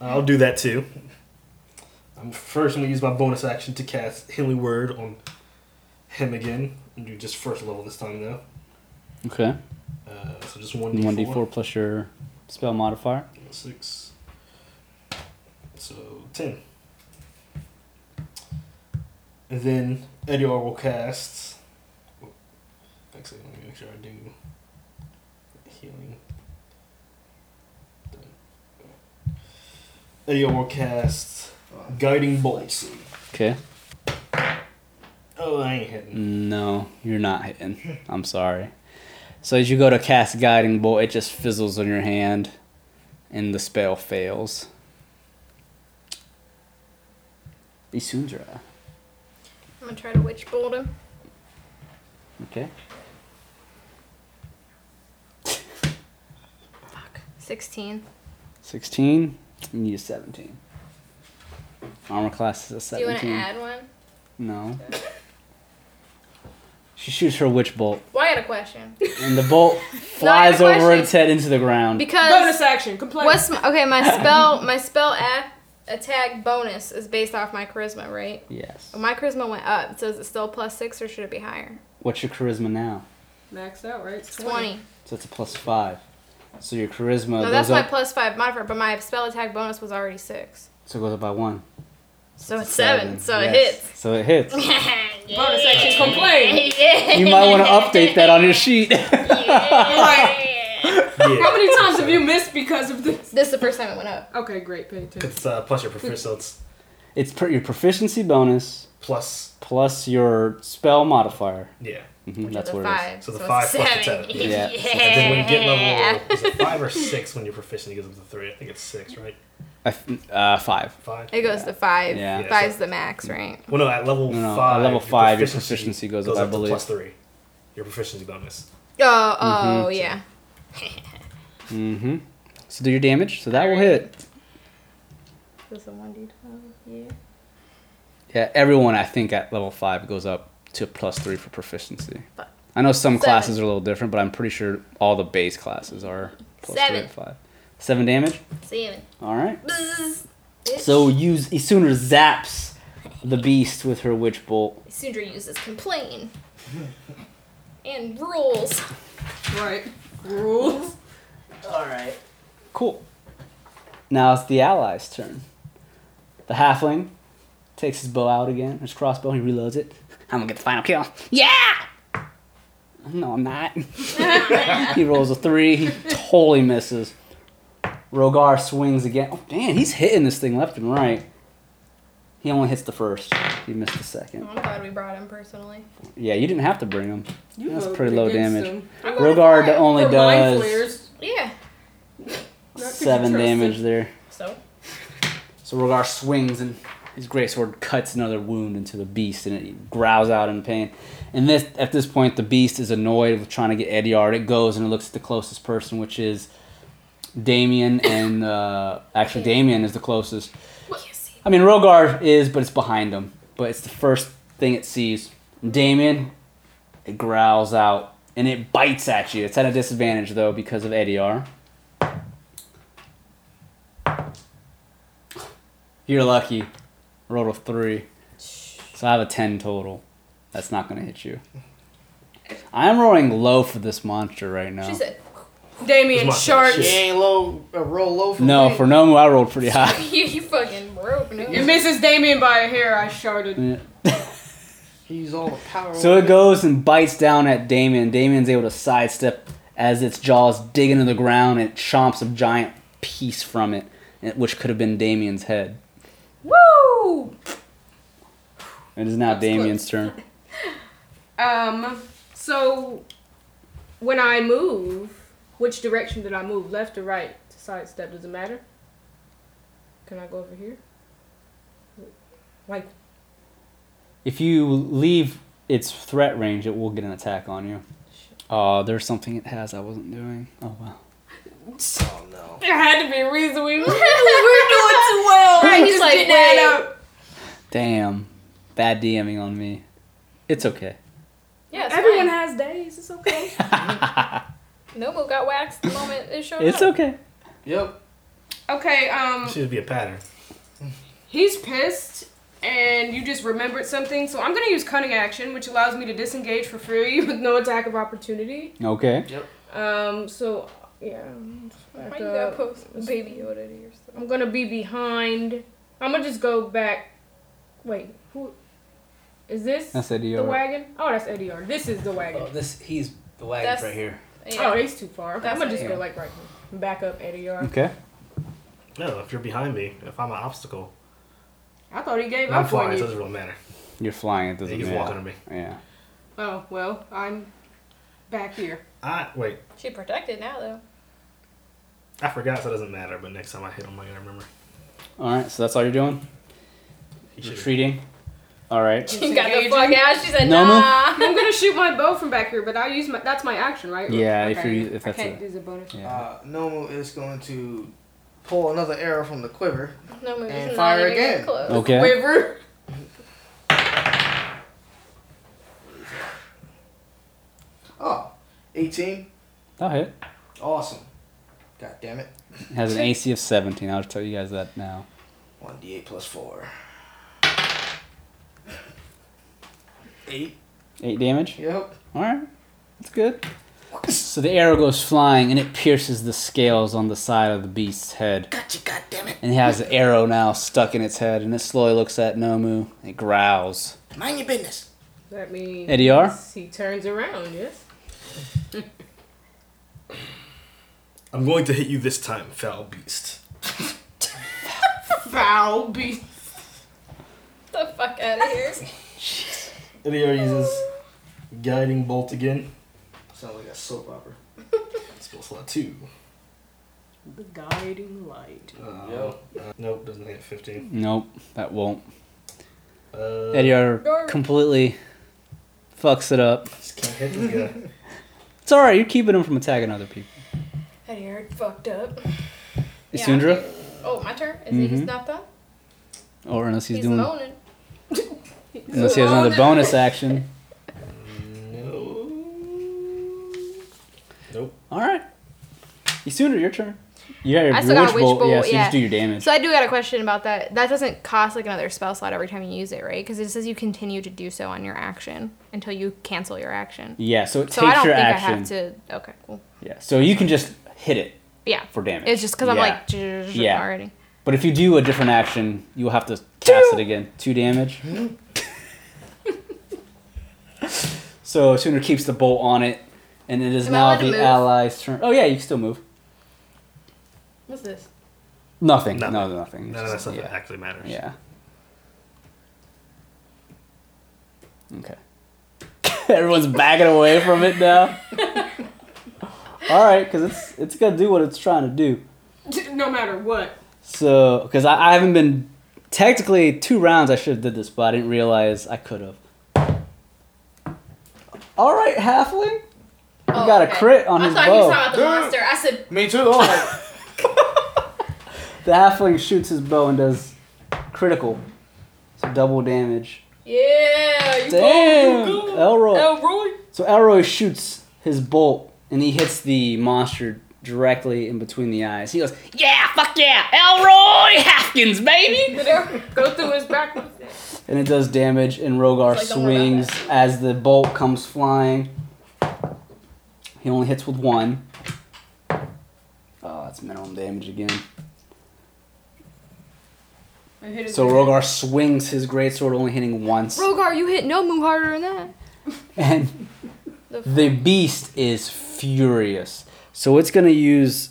S3: I'll do that too. I'm first. I'm gonna use my bonus action to cast Healing Word on him again. And do just first level this time though.
S2: Okay.
S3: Uh, so just one
S2: One d four plus your spell modifier.
S3: six. So ten. And then Edior will cast. Actually, let me make sure I do healing. Done. Edior will cast Guiding Bolts.
S2: Okay.
S3: Oh, I ain't hitting.
S2: No, you're not hitting. I'm sorry. So as you go to cast guiding bolt, it just fizzles on your hand, and the spell fails. Isundra.
S5: I'm gonna try to witch bolt him.
S2: Okay.
S5: 16.
S2: Sixteen. You need a seventeen. Armor class is a
S5: Do you
S2: seventeen.
S5: wanna add one?
S2: No. She shoots her witch bolt,
S5: Well, I got a
S2: *laughs*
S5: question.
S2: and the
S5: *laughs*
S2: bolt flies
S5: No, I have a
S2: over
S5: question.
S2: its head into the ground.
S4: Bonus
S5: Because
S4: action. Complain.
S5: what's my, okay?
S2: *coughs*
S5: My spell, my spell a- attack bonus is based off my charisma, right?
S2: yes.
S5: My charisma went up, so is it still plus six or should it be higher?
S2: What's your charisma now?
S4: max out? Right.
S5: It's twenty.
S2: So it's a plus five. So your charisma
S5: No,
S2: Uh, goes
S5: that's my
S2: up.
S5: plus five modifier, but my spell attack bonus was already six,
S2: so it goes up by one.
S5: so it's seven. So it
S2: yes.
S5: hits.
S2: So it
S5: *laughs*
S2: hits. *coughs*
S4: Bonus action. Complain.
S2: you might want to update that on your sheet.
S5: Yeah.
S4: Right. How
S3: Yeah.
S4: many times have you missed because of this?
S5: This is the first time it went up.
S4: Okay, great. Pay attention.
S3: It's uh, plus your proficiency, so it's
S2: *laughs* It's per- your proficiency bonus
S3: plus,
S2: plus your spell modifier.
S3: yeah.
S2: hmm
S5: Which
S2: that's
S5: is a
S2: where it is.
S5: five.
S3: So the
S5: it's
S3: five plus the
S5: seven.
S3: ten.
S5: *laughs*
S2: Yeah.
S3: *laughs* And then when you get level, is it five or six when your proficiency goes up to three? I think it's six, right?
S2: I f- uh, five.
S3: Five?
S5: It goes to five.
S2: Yeah.
S3: Yeah,
S5: Five's
S3: so-
S5: the max, right?
S3: Well, no, at level
S2: No, no, at
S3: five.
S2: level five, your proficiency goes up, I
S3: to
S2: believe.
S3: plus three. Your proficiency bonus.
S5: Oh, oh, yeah.
S2: Mm-hmm. So do your damage. So that will hit.
S5: This is a one d twelve. Yeah.
S2: Yeah, everyone I think at level five goes up to plus three for proficiency.
S5: Fuck.
S2: I know some
S5: Seven.
S2: classes are a little different, but I'm pretty sure all the base classes are plus three
S5: Seven.
S2: to five. Seven damage.
S5: Seven.
S2: All right.
S5: Bzzz.
S2: So use Isunir zaps the beast with her witch bolt.
S5: Sundra uses complain and rules.
S4: Right. Rules.
S6: Alright.
S2: Cool. Now it's the allies' turn. The halfling takes his bow out again. His crossbow. He reloads it. I'm gonna get the final kill. Yeah. No, I'm not. *laughs* he rolls a three. He totally misses. Rogar swings again. Oh, damn, he's hitting this thing left and right. He only hits the first. He missed the second.
S5: I'm glad we brought him personally.
S2: Yeah, you didn't have to bring him.
S4: You
S2: That's
S4: voted
S2: pretty low
S4: against
S2: damage.
S4: him.
S2: Rogard only
S4: For mind
S2: does
S4: flares,
S5: Yeah.
S4: not 'cause you
S2: seven
S4: trust him.
S2: damage there.
S5: So
S2: So Rogar swings and his great sword cuts another wound into the beast, and it growls out in pain. And this, at this point, the beast is annoyed with trying to get Edyard. It goes and it looks at the closest person, which is Damien, and uh, actually Damien is the closest.
S5: yes,
S2: I mean, Rogar is, but it's behind him. But it's the first thing it sees. Damien, it growls out and it bites at you. It's at a disadvantage though because of ADR. You're lucky. Rolled a three, so I have a ten total. That's not gonna hit you. I am rolling low for this monster right now.
S5: she said. *laughs*
S4: Damien
S3: It's my
S4: Sharp.
S3: shit.
S7: She ain't low, uh, roll low for
S2: no,
S7: me.
S2: for Nomu I rolled pretty high.
S5: you, you fucking broke. No. *laughs*
S4: It misses Damien by a hair. I sharded.
S2: Yeah.
S7: He's all the power.
S2: So
S7: over
S2: it goes and bites down at Damien. Damien's able to sidestep as its jaws dig into the ground and it chomps a giant piece from it, eh, which could have been Damien's head.
S4: Woo!
S2: It is now
S4: That's
S2: Damien's turn.
S4: Um. So, when I move, which direction did I move? Left or right? To sidestep does it matter? Can I go over here? Like
S2: If you leave its threat range, it will get an attack on you. Oh, there's something it has I wasn't doing. Oh wow.
S7: Oh no.
S4: there had to be a reason we moved.
S5: too well. *laughs* Right, he's like,
S4: didn't add
S5: wait.
S4: up.
S2: Damn. Bad DMing on me. It's okay.
S5: Yeah, it's
S4: Everyone
S5: fine.
S4: has days.
S5: *laughs*
S4: It's okay.
S5: Nobu got waxed the moment it showed
S2: It's
S5: up.
S2: okay.
S7: Yep.
S4: okay. Um.
S3: It should be a pattern.
S4: He's pissed, and you just remembered something, so I'm gonna use cunning action, which allows me to disengage for free *laughs* with no attack of opportunity.
S2: Okay.
S4: Um, so yeah,
S5: Why
S4: back
S5: you gotta
S4: up.
S5: post Baby Yoda to yourself?
S4: I'm gonna be behind. I'm gonna just go back. Wait, who is this?
S2: That's Eddie.
S4: the wagon. Oh, that's ADR. This is the wagon.
S2: Oh, this he's the
S5: That's- right
S2: here.
S4: Oh,
S5: Yeah.
S4: he's too far. Okay,
S5: That's
S4: I'm gonna just
S2: ADR.
S4: go like right here. Back up ADR.
S2: Okay.
S3: No, if you're behind me, if I'm an obstacle,
S4: I thought he gave
S3: I'm
S4: up
S3: flying, so
S4: on
S3: it
S4: you.
S3: doesn't really matter.
S2: You're flying, it
S3: You
S2: doesn't
S3: can walk
S2: matter.
S3: under me.
S2: Yeah.
S4: Oh well, I'm back here.
S3: I, wait,
S5: She protected now though.
S3: I forgot, so it doesn't matter, but next time I hit him, I'm gonna remember.
S2: Alright, so that's all you're doing?
S3: He should've-
S2: Retreating? Alright.
S5: She got the
S4: Disengaging.
S5: fuck out. She said,
S2: No, no.
S5: nah. *laughs*
S4: I'm gonna shoot my bow from back here, but I use my that's my action, right?
S2: Yeah, if you- if that's
S4: I can't
S2: a-
S4: use a bonus.
S2: Yeah.
S7: Uh, Nomu is going to pull another arrow from the quiver.
S5: No movies.
S7: And
S5: not
S7: fire
S5: even
S7: again.
S5: Close.
S2: Okay.
S4: Quiver.
S7: Oh, 18.
S2: That'll hit.
S7: Awesome. God damn it.
S2: It has an AC of 17. I'll tell you guys that now.
S7: 1d8 plus 4. 8.
S2: 8 damage?
S7: Yep.
S2: Alright. That's good. So the arrow goes flying and it pierces the scales on the side of the beast's head.
S6: Gotcha, goddammit.
S2: And it has the arrow now stuck in its head and it slowly looks at Nomu. It growls.
S6: Mind your business.
S4: That means
S2: ADR?
S4: he turns around. Yes.
S3: I'm going to hit you this time, foul beast.
S4: Foul beast.
S5: the fuck out of here.
S3: Idiar uses guiding bolt again.
S7: Sounds like a soap opera.
S3: Skill slot two.
S4: The guiding light.
S3: Uh,
S7: Yo.
S3: uh, nope, doesn't hit 15.
S2: Nope, that won't.
S3: Uh,
S2: Ediar
S5: Norm-
S2: completely fucks it up.
S3: Just can't hit this guy.
S2: It's alright, you're keeping him from attacking other people.
S5: Had you heard fucked up. Yeah.
S2: Isundra?
S5: Oh, my turn? Is he
S2: Mhm.
S5: just not done?
S2: Or unless he's,
S5: He's,
S2: doing.
S5: moaning.
S2: Unless he has another bonus action.
S3: no. Nope.
S2: Alright. Isundra, your turn. You got your
S5: I still got a
S2: witch
S5: witch
S2: bolt,
S5: bolt,
S2: yeah, so you
S5: yeah.
S2: just do your damage.
S5: So I do got a question about that. That doesn't cost like another spell slot every time you use it, right? Because it says you continue to do so on your action until you cancel your action.
S2: yeah, so it
S5: So I
S2: takes
S5: don't
S2: your
S5: think
S2: action.
S5: I have to. Okay, cool.
S2: Yeah, so you can just hit it
S5: Yeah.
S2: for damage.
S5: It's just because I'm
S2: Yeah.
S5: like zzzz
S2: Yeah.
S5: already.
S2: But if you do a different action, you'll have to cast it again. Two damage. *laughs* so Sooner keeps the bolt on it, and it is
S5: Am I
S2: now
S5: allowed to
S2: the
S5: move?
S2: ally's turn. Oh yeah, you can still move.
S5: What's this?
S2: Nothing.
S3: No.
S2: No, nothing.
S3: None of that stuff
S2: yeah.
S3: actually matters.
S2: yeah. Okay. *laughs* Everyone's backing away from it now. All right, because it's it's gonna do what it's trying to do.
S4: *laughs* No matter what.
S2: So, because I, I haven't been technically two rounds, I should have did this, but I didn't realize I could have. All right, halfling, you got a crit on his
S5: Oh, I thought you
S2: bow.
S5: were talking about the monster. I said,
S7: Me *laughs* too, though. Like,
S2: the halfling shoots his bow and does critical, so double damage.
S5: yeah, you
S2: Damn, Elroy.
S5: Elroy.
S2: so Elroy shoots his bolt and he hits the monster directly in between the eyes. He goes, "Yeah, fuck yeah, Elroy *laughs* Hopkins, baby!"
S4: Go through his back.
S2: and it does damage and rogar
S5: It's like, don't worry about
S2: swings as the bolt comes flying he only hits with one. Oh, that's minimum damage again
S4: And hit his
S2: so
S4: back.
S2: rogar swings his greatsword only hitting once
S5: Rogar, you hit no move harder than that.
S2: and
S5: The-
S2: *laughs* the beast is furious so it's gonna use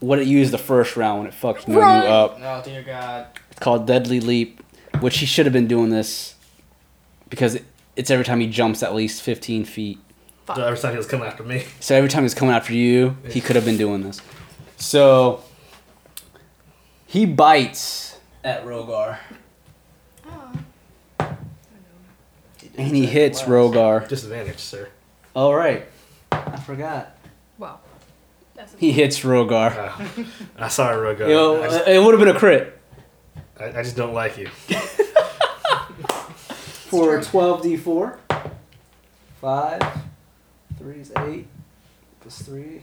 S2: what it used the first round when it fucked Nomu
S5: Run!
S2: up
S7: oh dear God.
S2: It's called Deadly Leap, which he should have been doing this because it- it's every time he jumps at least 15 feet.
S5: Fuck.
S3: So every time he was coming after me.
S2: So every time he's coming after you, he could have been doing this. So he bites at Rogar and he hits Rogar.
S3: Disadvantage, sir.
S2: All right. I forgot.
S5: Wow. That's
S2: He hits Rogar.
S3: Uh, I'm sorry, Rogar.
S2: Yo,
S3: I, just,
S2: uh, it would have been a crit
S3: I, I just don't like you.
S2: for 12d4. 5, 3 is 8, plus 3,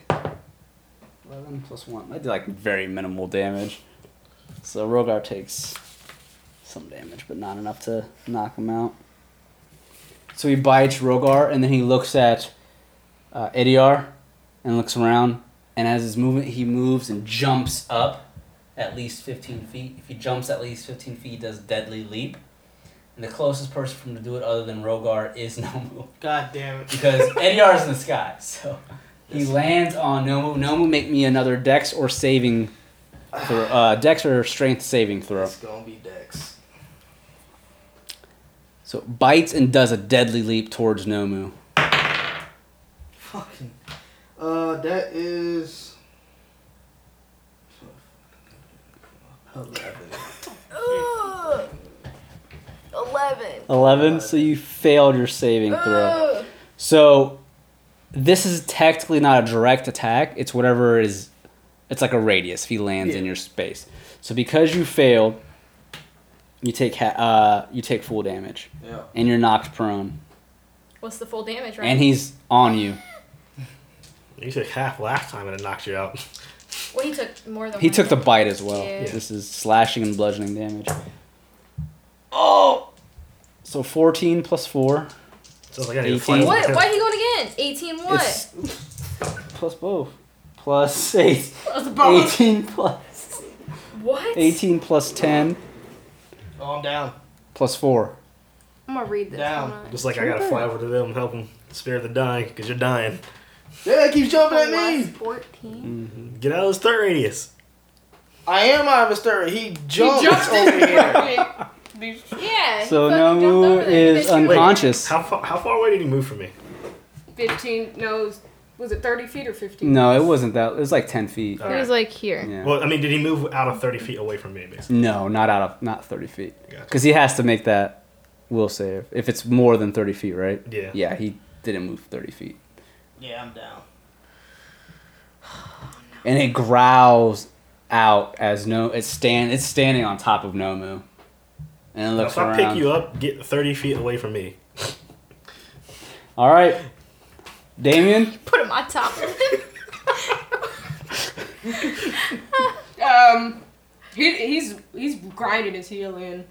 S2: 11, plus 1. I did like very minimal damage. So Rogar takes some damage, but not enough to knock him out. So he bites Rogar, and then he looks at uh, Idiar and looks around. And as his movement, he moves and jumps up at least 15 feet. If he jumps at least 15 feet, he does Deadly Leap. And the closest person for him to do it other than Rogar is *laughs* Nomu.
S7: God damn it.
S2: Because Ediar's in the sky, so he lands on Nomu. Nomu, make me another dex or saving throw. Uh, dex or strength saving throw.
S7: It's gonna be Dex.
S2: So bites and does a deadly leap towards Nomu.
S7: Fucking. Uh, that is. Eleven.
S5: Oh. Ugh. Eleven.
S2: 11, so you failed your saving throw.
S5: Ugh.
S2: So this is technically not a direct attack, it's whatever is. It's like a radius if he lands in
S7: Yeah.
S2: your space. So because you failed, you take ha- uh, you take full damage.
S7: Yeah.
S2: and you're knocked prone,
S5: What's the full damage, right?
S2: and he's on you.
S3: You took half last time and it knocked you out.
S5: well, he took more than
S2: He
S5: one
S2: took the
S5: hit.
S2: bite as well.
S5: Yeah.
S2: This is slashing and bludgeoning damage. Oh, so fourteen plus four.
S3: Sounds like I need to
S2: 18.
S3: find
S5: What? Why he going again? Eighteen. What?
S2: It's plus both. Plus eight.
S4: That's a bonus.
S2: 18 plus
S5: what?
S2: 18 plus 10
S7: Oh, I'm down.
S2: plus 4.
S5: I'm gonna read this.
S7: Down.
S5: Hold on.
S3: Just like I gotta fly over to them and help them spare the dying, because you're dying.
S7: Yeah, it keeps jumping at
S5: Plus
S7: me.
S5: 14.
S3: Get out of his third radius.
S7: I am out of a stir. He jumps
S4: jumped
S7: over here.
S4: Be-
S5: Yeah.
S2: Mm.
S5: he
S2: So
S5: fucking jumped
S2: Nomu
S5: over there.
S2: is
S5: 15
S2: unconscious.
S3: How far? How far away did he move from me?
S4: 15, no, was it 30 feet or 15?
S2: No, it wasn't that. It was like ten feet.
S3: Uh,
S5: He was like here.
S2: Yeah.
S3: Well, I mean, did he move out of thirty feet away from me? Basically.
S2: No, not out of not thirty feet.
S3: Gotcha.
S2: Because he has to make that will save if it's more than thirty feet, right?
S3: Yeah.
S2: Yeah, he didn't move thirty feet,
S7: Yeah, I'm down.
S2: and it growls out as no. It's stand. It's standing on top of Nomu, and it
S3: Now,
S2: looks
S3: if I
S2: around.
S3: pick you up, get thirty feet away from me.
S2: All right, Damien.
S5: Put him on
S2: *laughs*
S5: top of him.
S4: Um, he, he's he's grinding his heel in.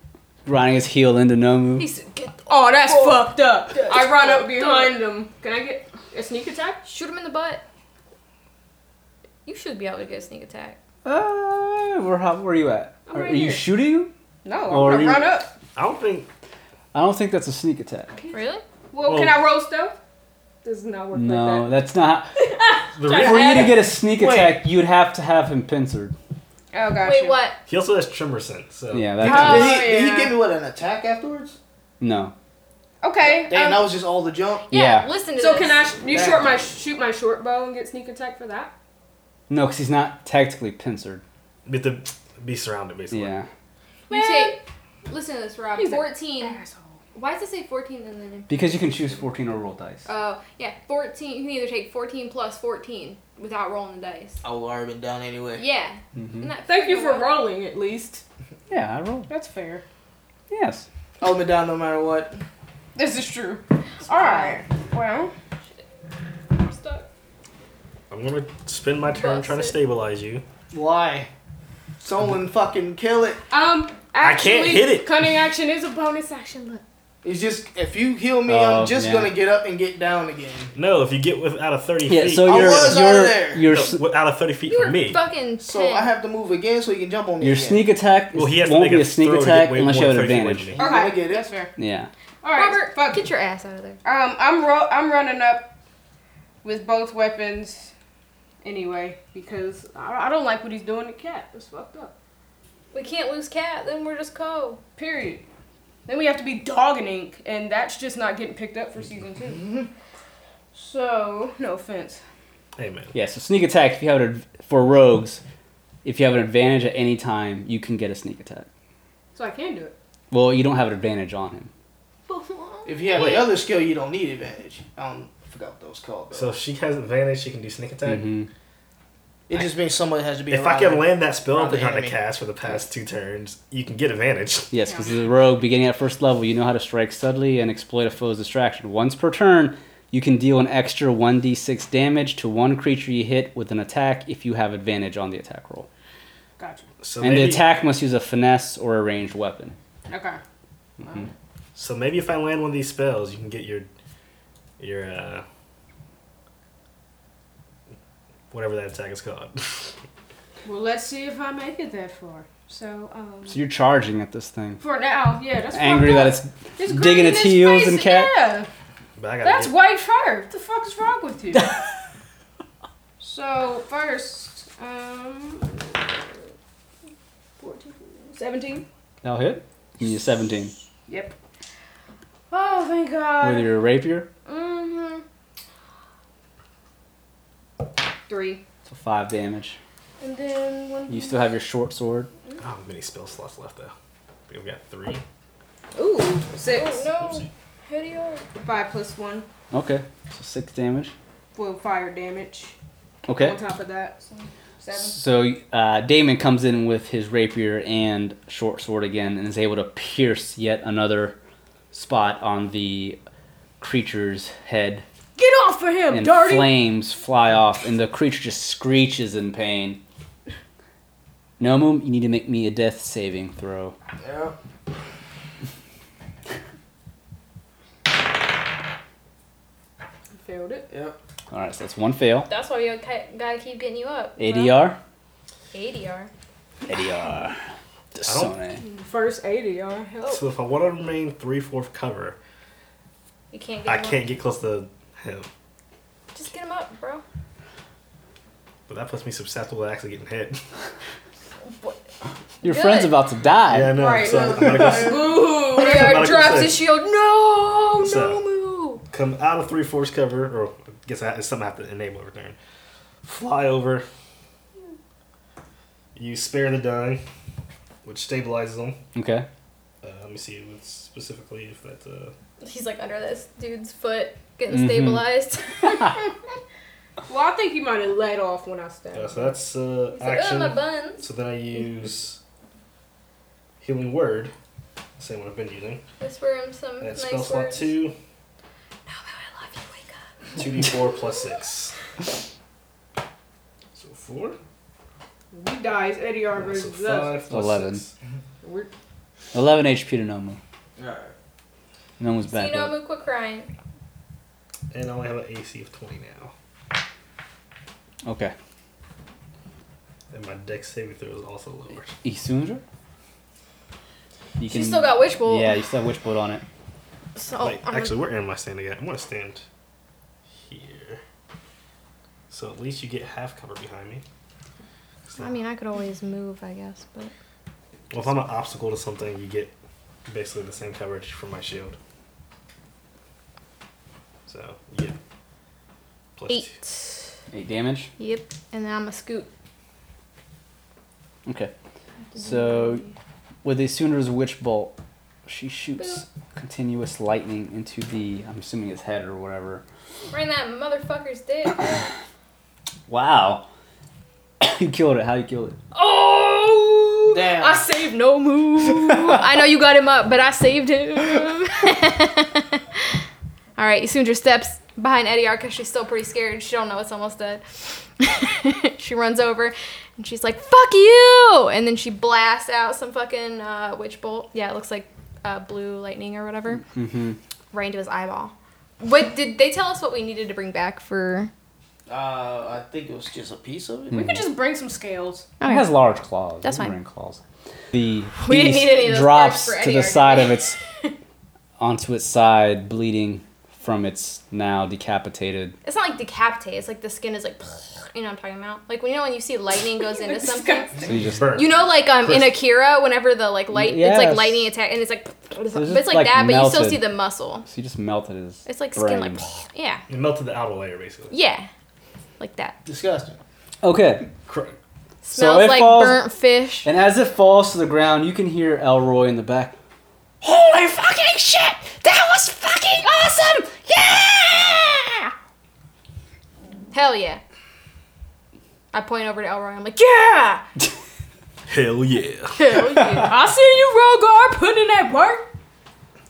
S2: Grinding his heel into Nomu.
S5: He said, get the,
S4: Oh, that's fucked up. I run up
S5: fucked
S4: behind him. Can I get a sneak attack?
S5: shoot him in the butt. You should be able to get a sneak attack.
S2: Uh, where, how, where are you at?
S4: I'm
S2: are
S4: right
S2: you
S4: here.
S2: shooting him?
S4: No,
S3: Oh,
S2: Or
S4: I run,
S2: you-
S4: run up.
S3: I don't think.
S2: I don't think that's a sneak attack.
S5: Really?
S4: Well,
S3: Well-
S4: can I roll stuff? Does not work
S2: No,
S4: like
S2: that's not.
S3: The
S2: For
S3: reason,
S2: you to get a sneak attack, you'd have to have him pincered.
S4: that. Oh, gotcha.
S5: Wait, what?
S3: he also has tremor sense. So
S2: Yeah,
S4: Oh,
S7: did, he,
S2: that's
S7: did
S4: yeah.
S7: he give me what an attack afterwards?
S2: no.
S4: Okay.
S7: Damn,
S4: um,
S7: that was just all the jump.
S5: Yeah.
S2: Yeah.
S5: Listen to
S4: so
S5: this.
S4: can I? Sh- you short my shoot my short bow and get sneak attack for that?
S2: No, because he's not technically pincered.
S3: you have to be surrounded basically.
S2: Yeah.
S5: You take. Listen to this, Rob.
S4: He's a-
S5: 14.
S4: Asshole.
S5: Why does it say 14 in the name?
S2: Because you can choose 14 or roll dice.
S4: Uh,
S5: Oh, yeah. 14. You can either take 14 plus 14 without rolling the dice.
S7: I would already been down anyway.
S5: Yeah. Isn't that
S4: Thank you
S5: freaking
S4: for
S5: wild?
S4: rolling, at least.
S2: Yeah, I rolled.
S4: That's fair.
S2: Yes.
S7: I would been down no matter what.
S4: This is true. All right. Well, um,
S5: I'm stuck.
S3: I'm gonna spend my turn
S5: Bust
S3: trying to
S5: it.
S3: stabilize you.
S7: Why? Someone fucking kill it.
S4: um,
S3: I can't
S4: actually,
S3: hit it.
S4: Cunning action is a bonus action. Look.
S7: It's just if you heal me,
S2: Oh,
S7: I'm just
S2: yeah.
S7: gonna get up and get down again.
S3: No, if you get with out of thirty
S2: Yeah,
S3: feet.
S2: so
S7: I
S2: you're
S7: was
S2: you're
S7: already there.
S2: you're
S3: No,
S2: s-
S3: with- out of thirty feet
S5: You
S3: from
S5: were
S3: me.
S5: fucking 10.
S7: So I have to move again so he can jump on me.
S2: your
S7: again.
S2: sneak attack
S3: Well, he has to
S2: won't
S3: make
S2: be
S3: a
S2: a sneak
S3: throw to
S2: attack
S3: get way
S2: unless you
S3: more
S2: have an
S3: than 30 feet
S2: advantage.
S3: away
S7: You
S4: Okay.
S7: gonna get it?
S4: That's fair.
S2: Yeah.
S4: All right.
S5: Robert,
S4: fuck
S5: get your ass out of there.
S4: Um, I'm ro- I'm running up with both weapons anyway because I, I don't like what he's doing to Cat. It's fucked up.
S5: We can't lose cat, then we're just co.
S4: Period. Then we have to be dog and ink, and that's just not getting picked up for
S5: *laughs*
S4: season two. So no offense.
S3: Hey man,
S2: Yeah, so sneak attack if you have an ad- for rogues, if you have an advantage at any time, you can get a sneak attack.
S4: So I can do it.
S2: Well, you don't have an advantage on him.
S7: If you have the other skill, you don't need advantage. I don't I forgot what those called. though.
S3: so if she has advantage. She can do sneak attack.
S2: Mhm.
S7: it just means somebody has to be.
S3: If I
S7: around
S3: can
S7: it.
S3: land that spell
S7: around
S3: I've been
S7: the
S3: trying to
S7: enemy.
S3: cast for the past two turns, you can get advantage.
S2: Yes, because the rogue beginning at first level, you know how to strike subtly and exploit a foe's distraction. Once per turn, you can deal an extra 1d6 damage to one creature you hit with an attack if you have advantage on the attack roll.
S4: Gotcha.
S3: So
S2: and
S3: maybe,
S2: the attack must use a finesse or a ranged weapon.
S4: Okay.
S3: So maybe if I land one of these spells, you can get your your uh whatever that attack is called. *laughs*
S4: Well, let's see if I make it that far. So um.
S2: So you're charging at this thing.
S4: For now, yeah, that's
S2: Angry that
S4: fucked
S2: it's.
S4: up. It's
S2: digging
S4: grinding
S2: its
S4: his
S2: heels
S4: face,
S2: and Cat.
S4: Yeah.
S3: but I gotta
S4: That's
S3: get-
S4: white fire. What the fuck is wrong with *laughs* you? so first, um, 14, 17.
S2: That'll hit? You need a 17.
S4: Yep. Oh, thank
S2: With
S4: God.
S2: your rapier?
S4: Mm-hmm. Three.
S2: So 5 damage.
S4: And then one.
S2: You still have your short sword.
S3: I don't have many spell slots left though. We've got three.
S4: Ooh, six.
S5: No. Who do you are?
S4: Five plus one.
S2: Okay. So 6 damage.
S4: Well, fire damage.
S2: Okay.
S4: On top of that, so seven.
S2: So uh, Damon comes in with his rapier and short sword again, and is able to pierce yet another spot on the creature's head,
S4: Get off of him,
S2: and
S4: dirty.
S2: flames fly off, and the creature just screeches in pain. Nomu, you need to make me a death saving throw.
S7: Yeah.
S4: Failed it.
S7: Yep.
S2: All right, so that's one fail.
S5: That's why we ki- gotta keep getting you up.
S2: ADR.
S5: ADR.
S2: ADR. Disone.
S4: First eighty, y'all.
S5: Oh.
S4: Help.
S3: So if I want to remain three fourth cover,
S5: You can't get
S3: I
S5: him up.
S3: can't get close to him.
S5: Just get him him up, bro.
S3: But that puts me susceptible to actually getting hit.
S2: Your
S5: Good.
S2: friend's about to
S3: *laughs*
S2: die.
S3: yeah, I know.
S5: Right,
S3: So
S5: no.
S3: I'm gonna go s- *laughs*
S5: Boo!
S3: I'm
S5: Rhaegar
S3: not
S5: drops
S3: gonna
S5: his
S3: say.
S5: shield. No,
S3: So-
S5: no move.
S3: come out of three fourths cover, or I guess I, it's something I have to enable every turn. Fly over. You spare the dying, which stabilizes them.
S2: Okay.
S3: Uh, let me see what's specifically if that. Uh,
S5: He's like under this dude's foot, getting
S2: Mhm.
S5: stabilized. *laughs*
S4: Well, I think he might have let off when I stabbed.
S3: uh,
S4: him.
S3: so that's uh,
S5: He's like, oh
S3: action.
S5: my buns.
S3: so then I use healing word, same one I've been using.
S5: Whisper him some
S3: And it's
S5: nice
S3: spell slot
S5: words.
S3: two,
S5: No, no, Oh, I love you. Wake up.
S3: two d four plus six. So four.
S4: We die. It's Eddie R
S3: So
S4: versus us.
S3: five plus
S2: Eleven.
S3: six.
S4: We're,
S2: 11 HP to Nomu.
S7: Alright.
S2: Nomu's
S5: So you
S2: back
S5: know,
S2: up.
S5: Mook, quit crying.
S3: And I only have an AC of twenty now.
S2: Okay.
S3: And my deck saving throw is also lower.
S2: Isundra? E You
S5: She still got Witch Bolt.
S2: Yeah, you still have Witch Bolt on it.
S5: So
S3: Wait,
S5: Oh, I'm
S3: actually, where am I standing at? I'm gonna stand here. So at least you get half cover behind me. So-
S5: I mean, I could always move, I guess, but
S3: well, if I'm an obstacle to something, you get basically the same coverage from my shield. So you get plus two.
S5: eight.
S2: 8 damage.
S5: Yep, and then I'm a scoot.
S2: Okay. So, with Isundra's Witch Bolt, she shoots continuous lightning into the, I'm assuming his head or whatever.
S5: Right in that motherfucker's
S2: *coughs*
S5: dick.
S2: Wow. *coughs* you killed it. How you killed it?
S5: oh!
S7: Damn.
S5: I saved no move. I know you got him up, but I saved him. *laughs* All right, Isundra steps behind Eddie because she's still pretty scared. She don't know it's almost dead. *laughs* she runs over and she's like, "Fuck you!" And then she blasts out some fucking uh, witch bolt. Yeah, it looks like uh, blue lightning or whatever.
S2: Mm-hmm.
S5: right into his eyeball. What did they tell us what we needed to bring back for?
S7: Uh, I think it was just a piece of it.
S4: we could just bring some scales.
S2: It has large claws.
S5: That's
S2: We can
S5: fine.
S2: bring Claws. The
S5: *laughs* We didn't
S2: beast
S5: need any of those
S2: drops
S5: parts for
S2: to
S5: any
S2: the side of
S5: argument.
S2: its onto its side, bleeding from its now decapitated.
S5: *laughs* It's not like decapitate. It's like the skin is like, *sniffs* you know what I'm talking about. Like when you know when you see lightning
S4: *laughs*
S5: goes into something.
S2: So you just
S3: Burn.
S5: You know, like um, in Akira, whenever the like light, it's
S2: Yes.
S5: like lightning attack, and it's like, *sniffs* but it's
S2: just,
S5: like,
S2: like,
S5: that, but you still
S2: melted.
S5: see the muscle.
S2: so you just melted his.
S5: It's like skin, like
S2: brain.
S5: *sniffs* yeah,
S3: You melted the outer layer basically.
S5: yeah, like that.
S7: Disgusting.
S2: Okay,
S3: Cr-
S2: So
S5: Smells
S2: it
S5: like
S2: falls-
S5: burnt fish.
S2: and as it falls to the ground, you can hear Elroy in the back.
S5: Holy fucking shit! That was fucking awesome! Yeah! Hell yeah! I point over to Elroy. I'm like, yeah! *laughs*
S3: Hell yeah.
S5: Hell yeah.
S2: *laughs*
S4: I see you, Rogar, putting in that work.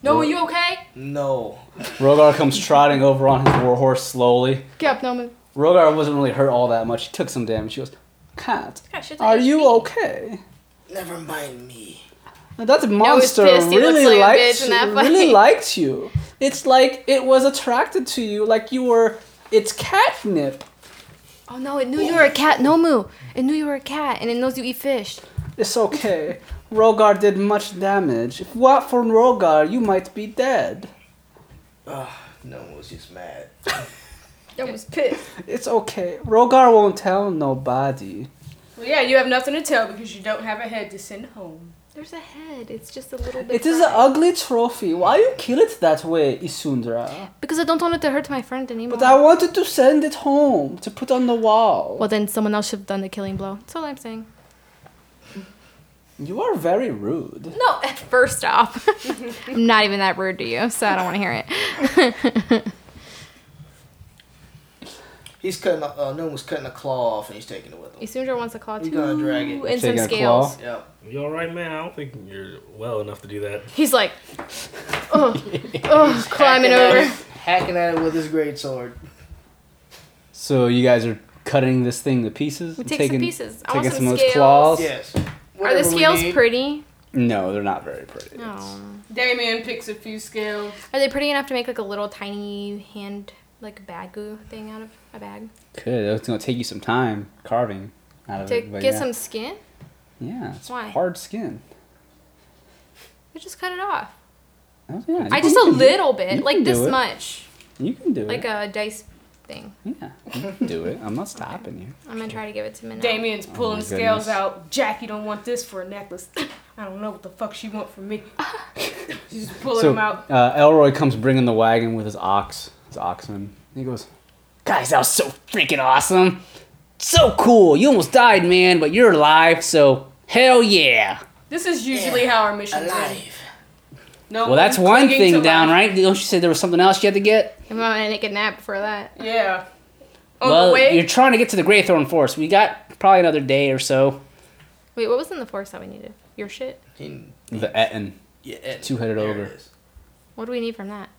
S5: No, are you okay?
S7: No.
S2: Rogar comes trotting over on his warhorse slowly.
S5: Get up, Noman.
S2: Rogar wasn't really hurt all that much. He took some damage. He goes, "Cat, are you okay?"
S7: Never mind me.
S2: Now, That
S5: he's
S2: monster
S5: pissed. He looks
S2: really
S5: like a
S2: liked
S5: bitch in
S2: you.
S5: that fight.
S2: Really liked you. It's like it was attracted to you, like you were its catnip.
S5: Oh no, it knew you were a cat, Nomu. It knew you were a cat, and it knows you eat fish.
S2: It's okay. Rogar did much damage. If not for Rogar, you might be dead.
S7: Ugh, no one was just mad.
S5: That was pissed.
S2: It's okay. Rogar won't tell nobody.
S4: Well, yeah, you have nothing to tell because you don't have a head to send home.
S5: There's a head. It's just a little bit.
S2: It is an
S5: fried.
S2: ugly trophy. Why you kill it that way, Isundra?
S5: Because I don't want it to hurt my friend anymore.
S2: But I wanted to send it home to put on the wall.
S5: well, then someone else should have done the killing blow. That's all I'm saying.
S2: You are very rude.
S5: No, first off, *laughs* I'm not even that rude to you, so I don't want to hear it. *laughs*
S7: He's cutting. A, uh, no one was cutting a claw off, and he's taking it with him.
S5: Isundra wants a claw
S7: You
S5: too,
S7: gonna drag it.
S5: and
S2: Taking
S5: some
S2: a claw?
S5: scales.
S7: Yep.
S3: You alright, man? I don't think you're well enough to do that.
S7: *laughs*
S5: He's like, oh, oh, climbing
S7: Hacking at
S5: over.
S7: it- hacking at it with his great sword.
S2: So you guys are cutting this thing to pieces?
S5: We
S2: and
S5: take
S2: taking-
S5: some pieces. I
S2: taking
S5: want some,
S2: some of those
S5: scales.
S2: claws.
S7: Yes.
S5: Are the
S7: Whatever we
S5: scales
S7: need.
S5: pretty?
S2: No, they're not very pretty.
S5: No.
S2: It's-
S4: Damien picks a few scales.
S5: Are they pretty enough to make like a little tiny hand like bagu thing out of a bag?
S2: Could. It's gonna take you some time carving out of
S5: To
S2: it. Uh, but
S5: get
S2: yeah.
S5: some skin?
S2: Yeah, it's
S5: Why?
S2: hard skin.
S5: We just cut it off.
S2: Oh, yeah,
S5: I
S2: you
S5: just a
S2: can do-
S5: little
S2: you
S5: bit,
S2: can
S5: like
S2: do
S5: this
S2: it.
S5: much,
S2: You can do
S5: like
S2: it.
S5: a dice thing.
S2: Yeah, you can do it. I'm not stopping you.
S5: I'm gonna try to give it to Minot.
S3: Oh
S4: Damien's pulling
S2: my
S4: scales
S2: goodness.
S4: out. Jack, you don't want this for a necklace. *coughs* I don't know what the fuck she want
S5: *laughs*
S4: from me. She's pulling
S2: so
S4: them out.
S2: Uh, Elroy comes bringing the wagon with his ox, his oxen. He goes, "Guys, that was so freaking awesome, so cool. You almost died, man, but you're alive. So hell yeah."
S4: This is usually how our missions end.
S6: Alive.
S4: No,
S2: Well, that's
S4: one's
S2: one
S4: clinging to
S2: thing down,
S4: life.
S2: right? Don't you say there was something else you had to get?
S5: I'm gonna take a nap before that.
S4: Yeah. On the
S2: well,
S4: way,
S2: you're trying to get to the Greythorn Forest. We got probably another day or so.
S5: Wait, what was in the forest that we needed? Your shit.
S7: He-
S2: The Etten.
S7: yeah, and-
S2: Two-headed
S7: there it
S2: ogre.
S7: is.
S5: What do we need from that?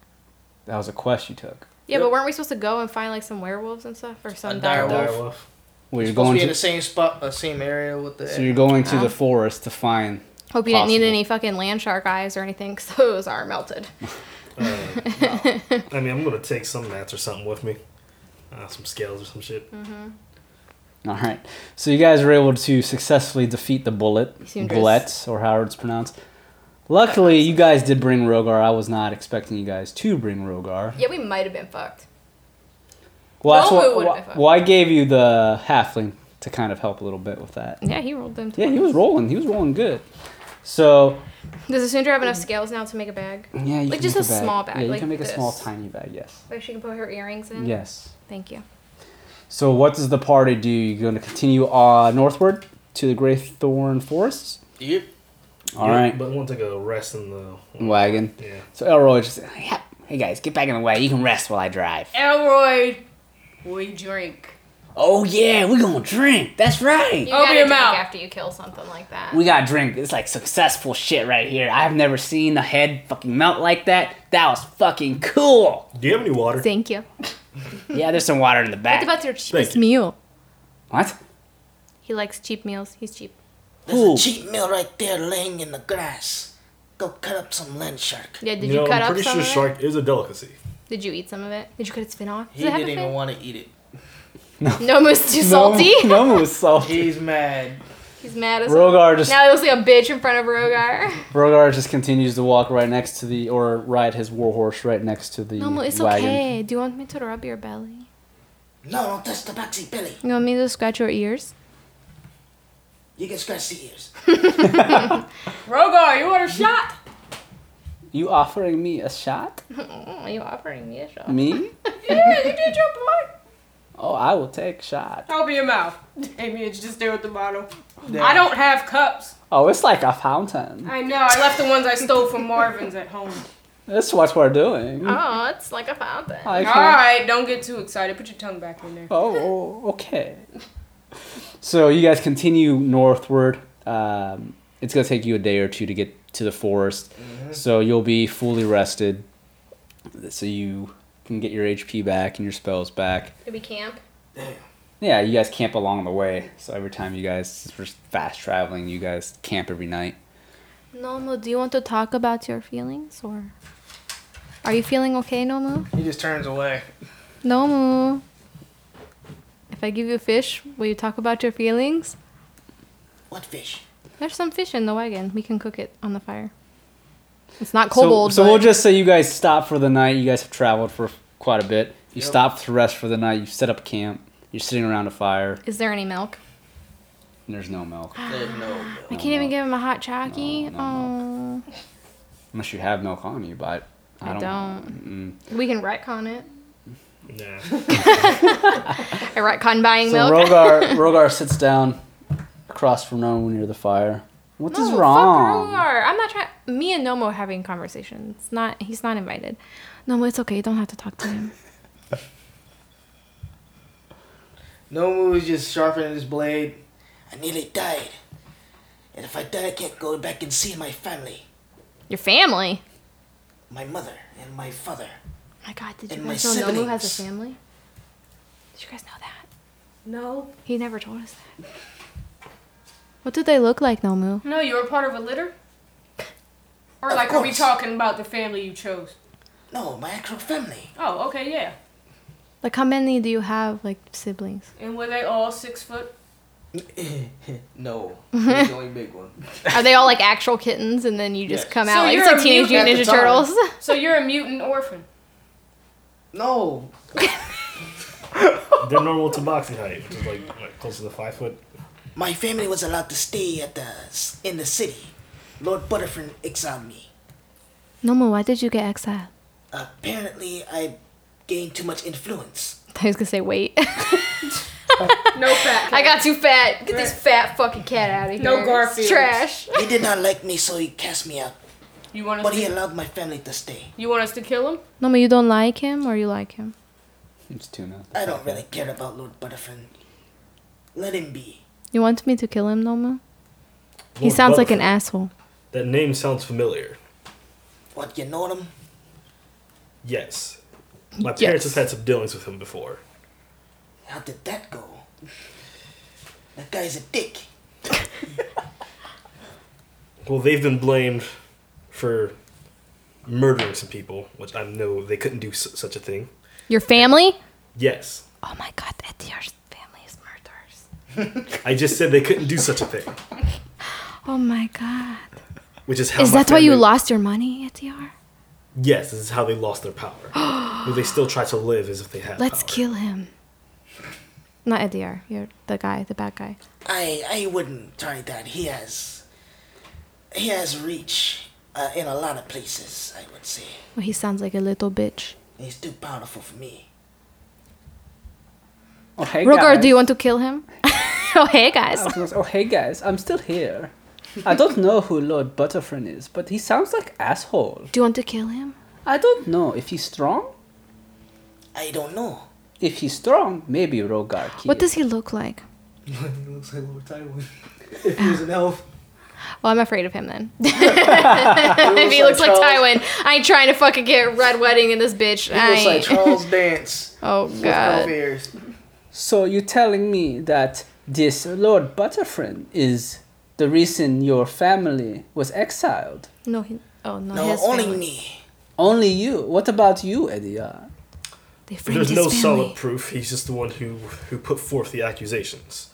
S2: That was a quest you took.
S5: Yeah,
S7: Yep.
S5: but weren't we supposed to go and find like some werewolves and stuff or some
S7: dire
S5: dire wolf?
S7: wolf.
S3: Direwolf.
S2: Well,
S7: Supposed
S2: you're
S7: to
S2: going
S7: be in
S2: to,
S7: the same spot, the same area with the.
S2: so you're going to
S5: Wow.
S2: the forest to find.
S5: Hope you didn't need
S2: Possible.
S5: any fucking land shark eyes or anything, *laughs* 'cause those are melted. *laughs*
S3: Uh, no. I mean, I'm gonna take some mats or something with me, uh, some scales or some shit.
S5: Mm.
S2: All right, so you guys were able to successfully defeat the bullet,
S5: seem to-
S2: bullet or however it's pronounced. Luckily, you guys did bring Rogar. I was not expecting you guys to bring Rogar.
S5: Yeah, we might have been fucked.
S2: Well, that's
S5: Rohu
S2: what.
S5: would've
S2: Well,
S5: been fun.
S2: well, I gave you the halfling to kind of help a little bit with that.
S5: Yeah, he rolled them.
S2: Yeah, he was rolling. He was rolling good. So
S5: Does Asundra have
S2: Mm-hmm.
S5: enough scales now to make a bag?
S2: yeah, you
S5: Like,
S2: can
S5: just
S2: make
S5: a small bag,
S2: Yeah, you
S5: like
S2: can make a small,
S5: this. Mm.
S2: tiny bag. Yes.
S5: Where Oh, she can put her earrings in.
S2: Yes.
S5: Thank you.
S2: So what does the party do? You're going to continue uh, northward to the Greythorn Forest.
S7: Yep.
S2: All right,
S3: But I want to go rest in the.
S2: wagon.
S3: Yeah.
S2: So Elroy just, "Oh, yeah, hey guys, get back in the way. You can rest while I drive.
S4: Elroy, we drink.
S2: Oh yeah, we're gonna drink. That's right.
S5: You
S4: Open
S5: gotta
S4: your
S5: drink
S4: mouth.
S5: after you kill something like that.
S2: We gotta drink. It's like successful shit right here. I've never seen a head fucking melt like that. That was fucking cool. *laughs*
S3: Do you have any water?
S5: Thank you.
S2: Yeah, there's some water in the
S5: What
S2: back.
S5: about your cheapest
S3: you.
S5: meal?
S2: what?
S5: He likes cheap meals. He's cheap.
S6: There's
S2: Ooh.
S6: a cheap meal right there laying in the grass. Go cut up some land shark.
S5: Yeah, did
S3: you
S5: you,
S3: know,
S5: cut
S3: I'm
S5: up
S3: pretty
S5: some
S3: sure
S5: of
S3: shark is a delicacy.
S5: it? Did you eat some of it? Did you cut its fin off? Does
S7: He
S5: it have
S7: didn't
S5: a
S7: even
S5: fin?
S7: want to eat it.
S5: No, it was too salty. *laughs*
S2: *laughs* No, no, it was salty.
S7: He's mad.
S5: He's mad as
S2: Rogar just
S5: Now he looks like a bitch in front of Rogar.
S2: *laughs* Rogar just continues to walk right next to the, or ride his warhorse right next to the
S5: Mama, it's
S2: wagon.
S5: okay. Do you want me to rub your belly?
S6: No, don't touch the boxy belly.
S5: You want me to scratch your ears?
S6: You can scratch the ears.
S4: Rogar, you want a shot?
S2: You offering me a shot?
S5: Are Mm, you offering me a shot?
S2: Me?
S4: yeah, you did your part.
S2: Oh, I will take shot.
S4: Open your mouth. *laughs* Damien's just there with the bottle. I don't have cups.
S2: Oh, it's like a fountain.
S4: I know. I left the ones I stole from Marvin's at
S2: *laughs*
S4: home.
S2: That's what we're doing.
S5: Oh, it's like a fountain.
S2: I
S4: All
S2: can't-
S5: Ah.
S4: right, don't get too excited. Put your tongue back in there.
S2: Oh, oh, okay. So you guys continue northward. Um, it's gonna take you a day or two to get to the forest, so you'll be fully rested, so you can get your HP back and your spells back.
S5: Did we camp?
S2: Yeah, you guys camp along the way. So every time you guys since we're fast traveling, you guys camp every night.
S5: Nomu, do you want to talk about your feelings or are you feeling okay, Nomu?
S7: He just turns away.
S5: Nomu. If I give you fish, will you talk about your feelings?
S6: What fish?
S5: There's some fish in the wagon. We can cook it on the fire. It's not
S2: So-
S5: cold.
S2: So,
S5: but
S2: we'll just say you guys stop for the night. You guys have traveled for quite a bit. You stop to rest for the night. You set up camp. You're sitting around a fire.
S5: Is there any milk?
S2: And there's no milk
S5: Ah.
S7: There's no milk.
S5: I can't even give him a hot chalky.
S2: No, no
S5: oh,
S2: unless you have milk on you. But I
S5: I
S2: don't.
S5: don't. We can retcon it.
S3: Nah.
S5: I retcon buying
S2: So
S5: milk.
S2: Rogar Rogar sits down across from Nomu near the fire. What is
S5: No, fuck
S2: wrong?
S5: Rogar. I'm not trying. Me and Nomo are having conversations. It's Not he's not invited. Nomo, it's okay. You don't have to talk to him.
S7: Nomu is just sharpening his blade.
S6: I nearly died. And if I die, I can't go back and see my family.
S5: *laughs* Your family.
S6: My mother and my father.
S5: Oh my God, did you
S6: And
S5: guys know
S6: my
S5: Nomu has a
S6: siblings.
S5: family? Did you guys know that?
S4: No.
S5: He never told us that. What do they look like, Nomu?
S4: No, you were part of a litter? Or,
S6: Of
S4: like, are we
S6: course.
S4: talking about the family you chose?
S6: No, my actual family.
S4: Oh, okay, yeah.
S5: Like, how many do you have, like siblings?
S4: And were they all six foot?
S5: *laughs*
S7: no, he's the only big one.
S5: Are they all like actual kittens, and then you just
S7: Yes.
S5: come
S4: So
S5: out like
S4: you're
S5: it's like
S4: a
S5: Teenage
S4: mutant
S5: Mutant
S7: at
S5: Ninja
S7: the
S5: *laughs*
S7: time.
S5: Turtles?
S4: So you're a mutant orphan.
S7: No,
S3: They're normal to boxing height, which is like what, close to the five foot.
S7: My family was allowed to stay at the s- in the city. Lord Butterfin exiled me.
S5: Nomu, why did you get exiled?
S7: Apparently, I gained too much influence.
S5: *laughs* I was gonna say wait. *laughs*
S4: No fat.
S5: I got too fat. Get
S4: Right.
S5: this fat fucking cat out of here.
S4: No Garfields.
S5: It's trash.
S7: He did not like me, so he cast me out.
S4: You want us
S7: But he
S4: to,
S7: allowed my family to stay.
S4: you want us to kill him?
S5: Nomu, you don't like him or you like him?
S10: It's tuna.
S7: I don't really care about Lord Butterfin. Let him be.
S5: You want me to kill him, Nomu? He
S3: Lord
S5: sounds like an
S3: Butterfly.
S5: asshole.
S3: That name sounds familiar.
S7: What, you know him?
S3: Yes. My parents have had some dealings with him before.
S7: How did that go? That guy's a dick.
S3: Well, they've been blamed for murdering some people, which I know they couldn't do s- such a thing.
S5: Your family?
S3: Yes.
S5: Oh my god, Etiar's family is murderers.
S3: I just said they couldn't do such a thing,
S5: Oh my god.
S3: which is how.
S5: Is
S3: my
S5: that why you
S3: family-
S5: lost your money, Etiar?
S3: Yes, this is how they lost their power. *gasps* but they still try to live as if they had.
S5: Let's
S3: power.
S5: kill him. Not Etiar. You're the guy, the bad guy.
S7: I I wouldn't try that. He has he has reach uh, in a lot of places. I would say
S5: Well, he sounds like a little bitch.
S7: he's too powerful for me.
S2: Oh, hey,
S5: Rogar,
S2: guys.
S5: do you want to kill *laughs* him? oh, hey guys.
S2: I was gonna say, oh, hey, guys, I'm still here. I don't know who Lord Butterfrin is, but he sounds like asshole.
S5: Do you want to kill him?
S2: I don't know if he's strong.
S7: I don't know.
S2: If he's strong, maybe Rogar kills.
S5: What does he look like?
S11: *laughs* he looks like Lord Tywin. *laughs* if he was an
S5: *laughs*
S11: elf,
S5: Well, I'm afraid of him then. *laughs* if he looks like Tywin, I ain't trying to fucking get red wedding in this bitch.
S11: he
S5: I
S11: looks like
S7: *laughs*
S5: ain't.
S11: Charles Dance.
S5: *laughs* oh
S11: with elf
S5: god.
S11: ears.
S2: So you're telling me that this Lord Butterfrin is the reason your family was exiled?
S5: No, he. Oh no.
S7: No,
S5: his
S7: only
S5: family.
S7: me.
S2: Only you. What about you, Uh, Ediar?
S5: They framed
S3: There's
S5: his
S3: no
S5: family.
S3: solid proof. He's just the one who who put forth the accusations.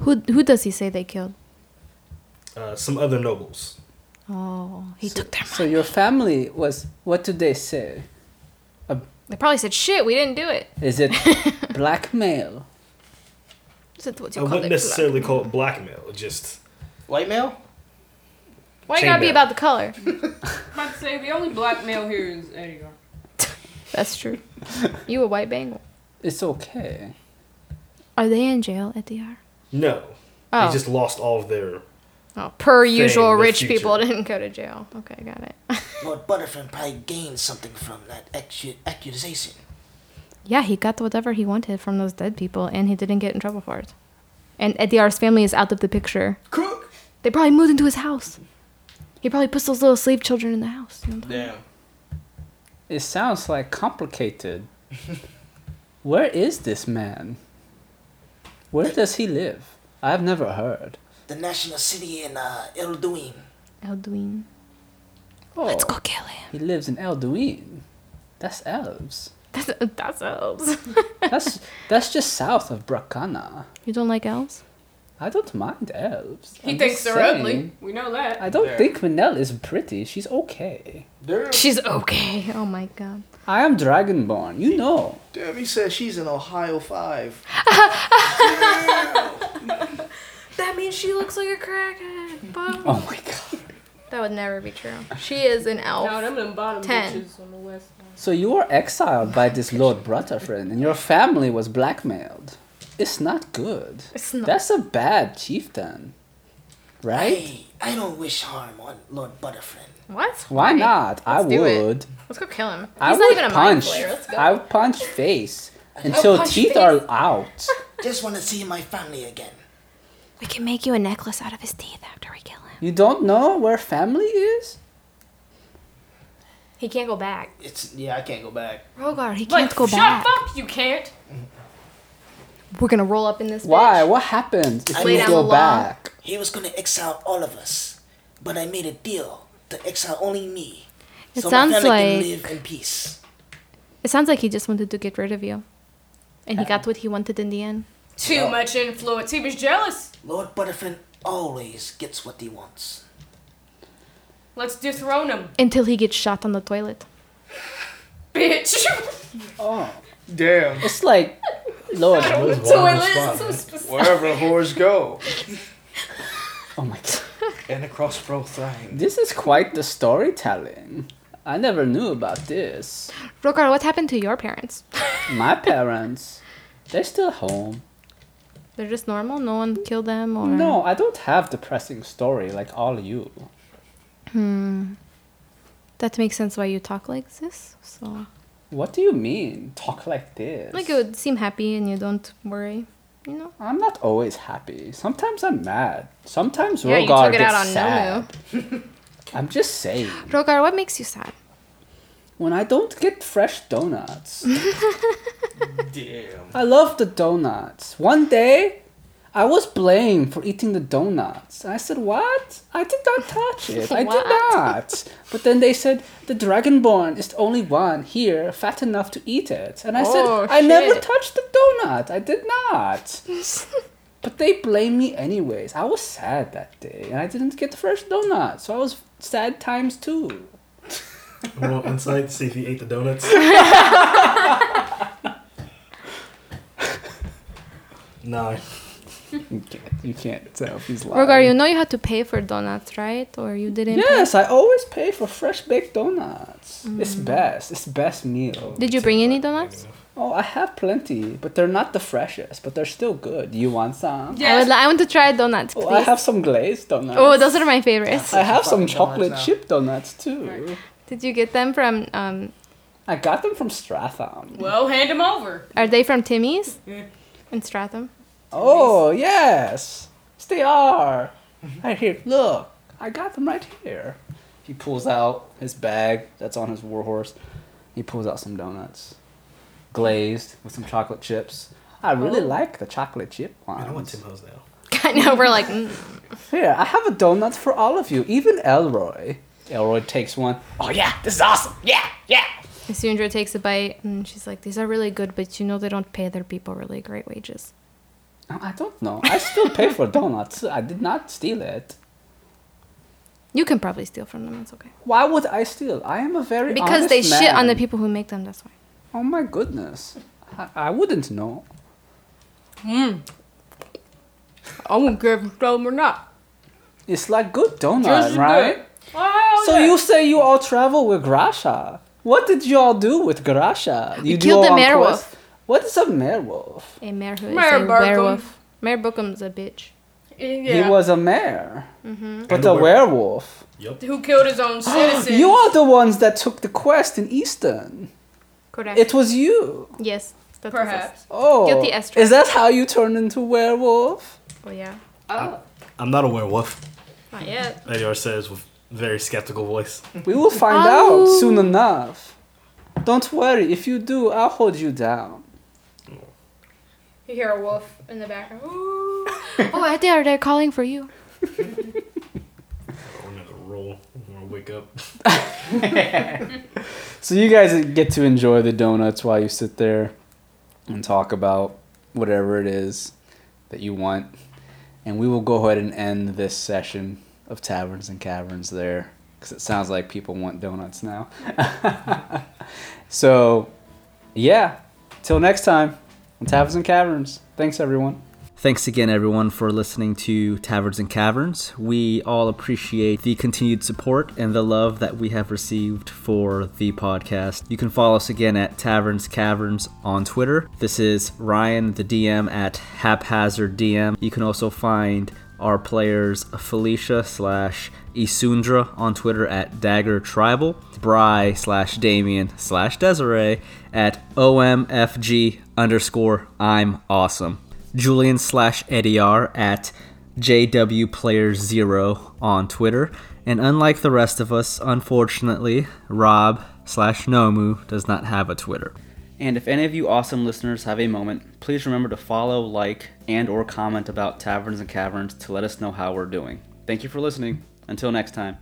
S5: Who who does he say they killed?
S3: Uh, some other nobles.
S5: Oh, he took their
S2: So your family was. What did they say?
S5: They probably said, "Shit, we didn't do it."
S2: Is
S4: *laughs*
S2: it blackmail?
S5: Is it what
S3: I
S5: you call
S3: wouldn't
S5: it?
S3: necessarily call it blackmail. it Just
S11: White male?
S5: Why you gotta be
S3: Chainmail.
S5: about the *laughs* color?
S4: I'm about to say the only black male here is Edgar.
S5: That's *laughs* true. you a white bangle?
S2: It's okay.
S5: Are they in jail at the E R?
S3: no.
S5: Oh.
S3: They just lost all of their.
S5: Oh, per usual,
S3: in the
S5: rich people
S3: future.
S5: didn't go to jail. Okay, got it. *laughs*
S7: Lord Butterfin probably gained something from that accu- accusation.
S5: yeah, he got whatever he wanted from those dead people, and he didn't get in trouble for it. And Ediar's family is out of the picture.
S11: Crook.
S5: They probably moved into his house. He probably puts those little slave children in the house. you know?
S11: Damn.
S2: It sounds like complicated. Where is this man? Where does he live? I've never heard.
S7: The national city in uh, Elduin.
S5: Elduin.
S2: Oh,
S5: Let's go kill him.
S2: he lives in Elduin. That's elves.
S5: That's, that's elves.
S2: That's that's just south of Bracana.
S5: you don't like elves?
S2: I don't mind elves.
S4: He
S2: I'm
S4: thinks
S2: just
S4: they're
S2: saying.
S4: ugly. We know that.
S2: I don't
S11: There.
S2: think Manel is pretty. She's okay.
S11: Damn.
S5: She's okay. Oh my god.
S2: I am Dragonborn. You know.
S11: Damn, he says she's an Ohio 5.
S5: That means she looks like a crackhead.
S2: Oh my god.
S5: That would never be true. She is an elf.
S4: No, them them bottom
S5: Oh. Ten.
S4: bitches on the west side.
S2: So you were exiled by this Lord Brutterfriend, and your family was blackmailed. It's not good.
S5: It's not.
S2: That's a bad chieftain, right?
S7: I, I don't wish harm on Lord Butterfin.
S5: what?
S2: Why not? I
S5: Let's do it.
S2: would.
S5: Let's go kill him. He's
S2: I
S5: not
S2: would
S5: even a mind
S2: punch.
S5: flayer. Let's go.
S2: I would punch face until
S5: punch
S2: teeth
S5: face.
S2: are
S5: *laughs*
S2: out.
S7: Just want to see my family again.
S5: We can make you a necklace out of his teeth after we kill him.
S2: You don't know where family is?
S5: He can't go back.
S11: It's yeah, I can't go back.
S5: Rogar, he
S4: Like,
S5: can't go
S4: shut
S5: back.
S4: up, you can't.
S5: We're gonna roll up in this.
S2: Why?
S5: bitch.
S2: What happens if
S7: I
S2: you
S7: lay down
S2: go
S5: the law.
S2: back?
S7: He was gonna exile all of us, but I made a deal to exile only me.
S5: It
S7: so
S5: sounds
S7: my family can
S5: like-
S7: live in peace.
S5: It sounds like he just wanted to get rid of you, and he
S2: Uh.
S5: got what he wanted in the end.
S4: Too much influence. He was jealous.
S7: Lord Butterfin always gets what he wants.
S4: Let's dethrone him,
S5: Until he gets shot on the toilet.
S4: bitch. *laughs*
S2: Oh,
S11: Damn.
S2: it's like
S5: *laughs*
S2: Lord.
S3: Always
S5: So
S3: wild
S5: it
S3: on *laughs* the spot,
S5: was so
S3: man.
S5: specific.
S7: Wherever *laughs* whores go,
S2: Oh my god.
S7: and across both thine.
S2: This is quite the storytelling. I never knew about this.
S5: Rogar, what happened to your parents?
S2: My parents, they're still home.
S5: They're just normal. No one killed them, or
S2: No, I don't have depressing story like all you.
S5: That makes sense why you talk like this. So,
S2: What do you mean? Talk like this.
S5: like, you seem happy and you don't worry. You know.
S2: I'm not always happy. Sometimes I'm mad. Sometimes
S5: Yeah, you
S2: Rogar
S5: took it
S2: gets
S5: out on
S2: sad.
S5: *laughs*
S2: I'm just saying.
S5: Rogar, what makes you sad?
S2: When I don't get fresh donuts,
S7: Damn.
S2: I love the donuts. One day, I was blamed for eating the donuts. I said, What? I did not touch it. I did
S5: *laughs* What?
S2: not. But then they said, The Dragonborn is the only one here fat enough to eat it. And I
S5: Oh,
S2: said, I never
S5: shit.
S2: touched the donut. I did
S5: *laughs*
S2: not. but they blamed me anyways. I was sad that day, and I didn't get the fresh donut. So I was sad times two.
S3: Roll insight, see if he ate the donuts. Nine.
S2: You can't, you can't tell if he's lying.
S5: Rogar, you know you had to pay for donuts, right? Or you didn't? pay?
S2: Yes, I always pay for fresh baked donuts. It's best. It's best meal.
S5: Mm. Did you bring any donuts?
S2: Oh, I have plenty, but they're not the freshest, but they're still good. You want some?
S5: I would. Li- I want to try donuts, please.
S2: Oh, I have some glazed donuts.
S5: Oh, those are my favorites.
S2: I have some
S7: Fucking donuts
S2: chocolate
S7: now.
S2: chip donuts too.
S5: Did you get them from? Um,
S2: I got them from Stratham.
S4: Well, hand him over.
S5: are they from Timmy's? In Stratham. *laughs*
S2: Oh, yes. Yes, they are. Right here. Look, I got them right here. He pulls out his bag that's on his warhorse. He pulls out some donuts, glazed with some chocolate chips. I really like the chocolate chip
S3: Man, I want
S2: ones.
S3: Tim Ho's now.
S5: I know we're like. Mm.
S2: Here, I have a donut for all of you, even Elroy. Elroy takes one. Oh, yeah, this is awesome. Yeah, yeah.
S5: Isundra takes a bite and she's like, "These are really good, but you know they don't pay their people really great wages."
S2: Oh, I don't know. I still pay *laughs* for donuts. I did not steal it.
S5: You can probably steal from them. It's okay.
S2: Why would I steal? I am a very
S5: Because they
S2: honest
S5: shit on the
S2: man.
S5: people who make them. That's why.
S2: Oh my goodness. I, I wouldn't know.
S4: I won't give him them or not.
S2: It's like good
S4: Just
S2: donut,
S4: a
S2: right?
S4: bit. Oh,
S2: So
S4: yeah.
S2: you say you all travel with Grasha. What did you all do with Grasha? You do
S5: killed
S2: all
S5: the
S2: on
S5: werewolf.
S2: quest- What is a werewolf?
S5: A mare who is
S4: Mayor
S5: a
S4: Burkham.
S5: werewolf. Mayor Bookham's a bitch.
S4: Yeah.
S2: He was a mare, but
S5: Mm-hmm.
S3: And a
S2: a
S3: werewolf.
S2: werewolf.
S3: Yup.
S4: Who killed his own citizen?
S2: You are the ones that took the quest in Easton.
S5: Correct.
S2: It was you.
S5: yes. That was us.
S4: Perhaps.
S2: Oh,
S5: Guilty as
S2: is that how you turned into werewolf?
S5: Oh yeah.
S4: Oh.
S3: I'm not a werewolf,
S5: Not yet.
S3: Adar says with very skeptical voice. *laughs*
S2: We will find
S5: *laughs* Oh.
S2: out soon enough. Don't worry. If you do, I'll hold you down.
S5: You hear a wolf in the background. oh, I think they're calling for you.
S3: We're gonna roll. We're gonna wake up.
S2: So you guys get to enjoy the donuts while you sit there and talk about whatever it is that you want. And we will go ahead and end this session of Taverns and Caverns there because it sounds like people want donuts now. *laughs* so, yeah, till next time on Taverns and Caverns. Thanks, everyone. Thanks again, everyone, for listening to Taverns and Caverns. We all appreciate the continued support and the love that we have received for the podcast. You can follow us again at Taverns Caverns on Twitter. This is Ryan, the DM, at Haphazard DM. You can also find our players Felicia slash Isundra on Twitter at Dagger Tribal, Bry slash Damien slash Desiree at OMFG underscore I'm awesome. Julian slash Eddie R at JWPlayer0 on Twitter. And unlike the rest of us, unfortunately, Rob slash Nomu does not have a Twitter. And if any of you awesome listeners have a moment, please remember to follow, like, and or comment about Taverns and Caverns to let us know how we're doing. Thank you for listening. Until next time.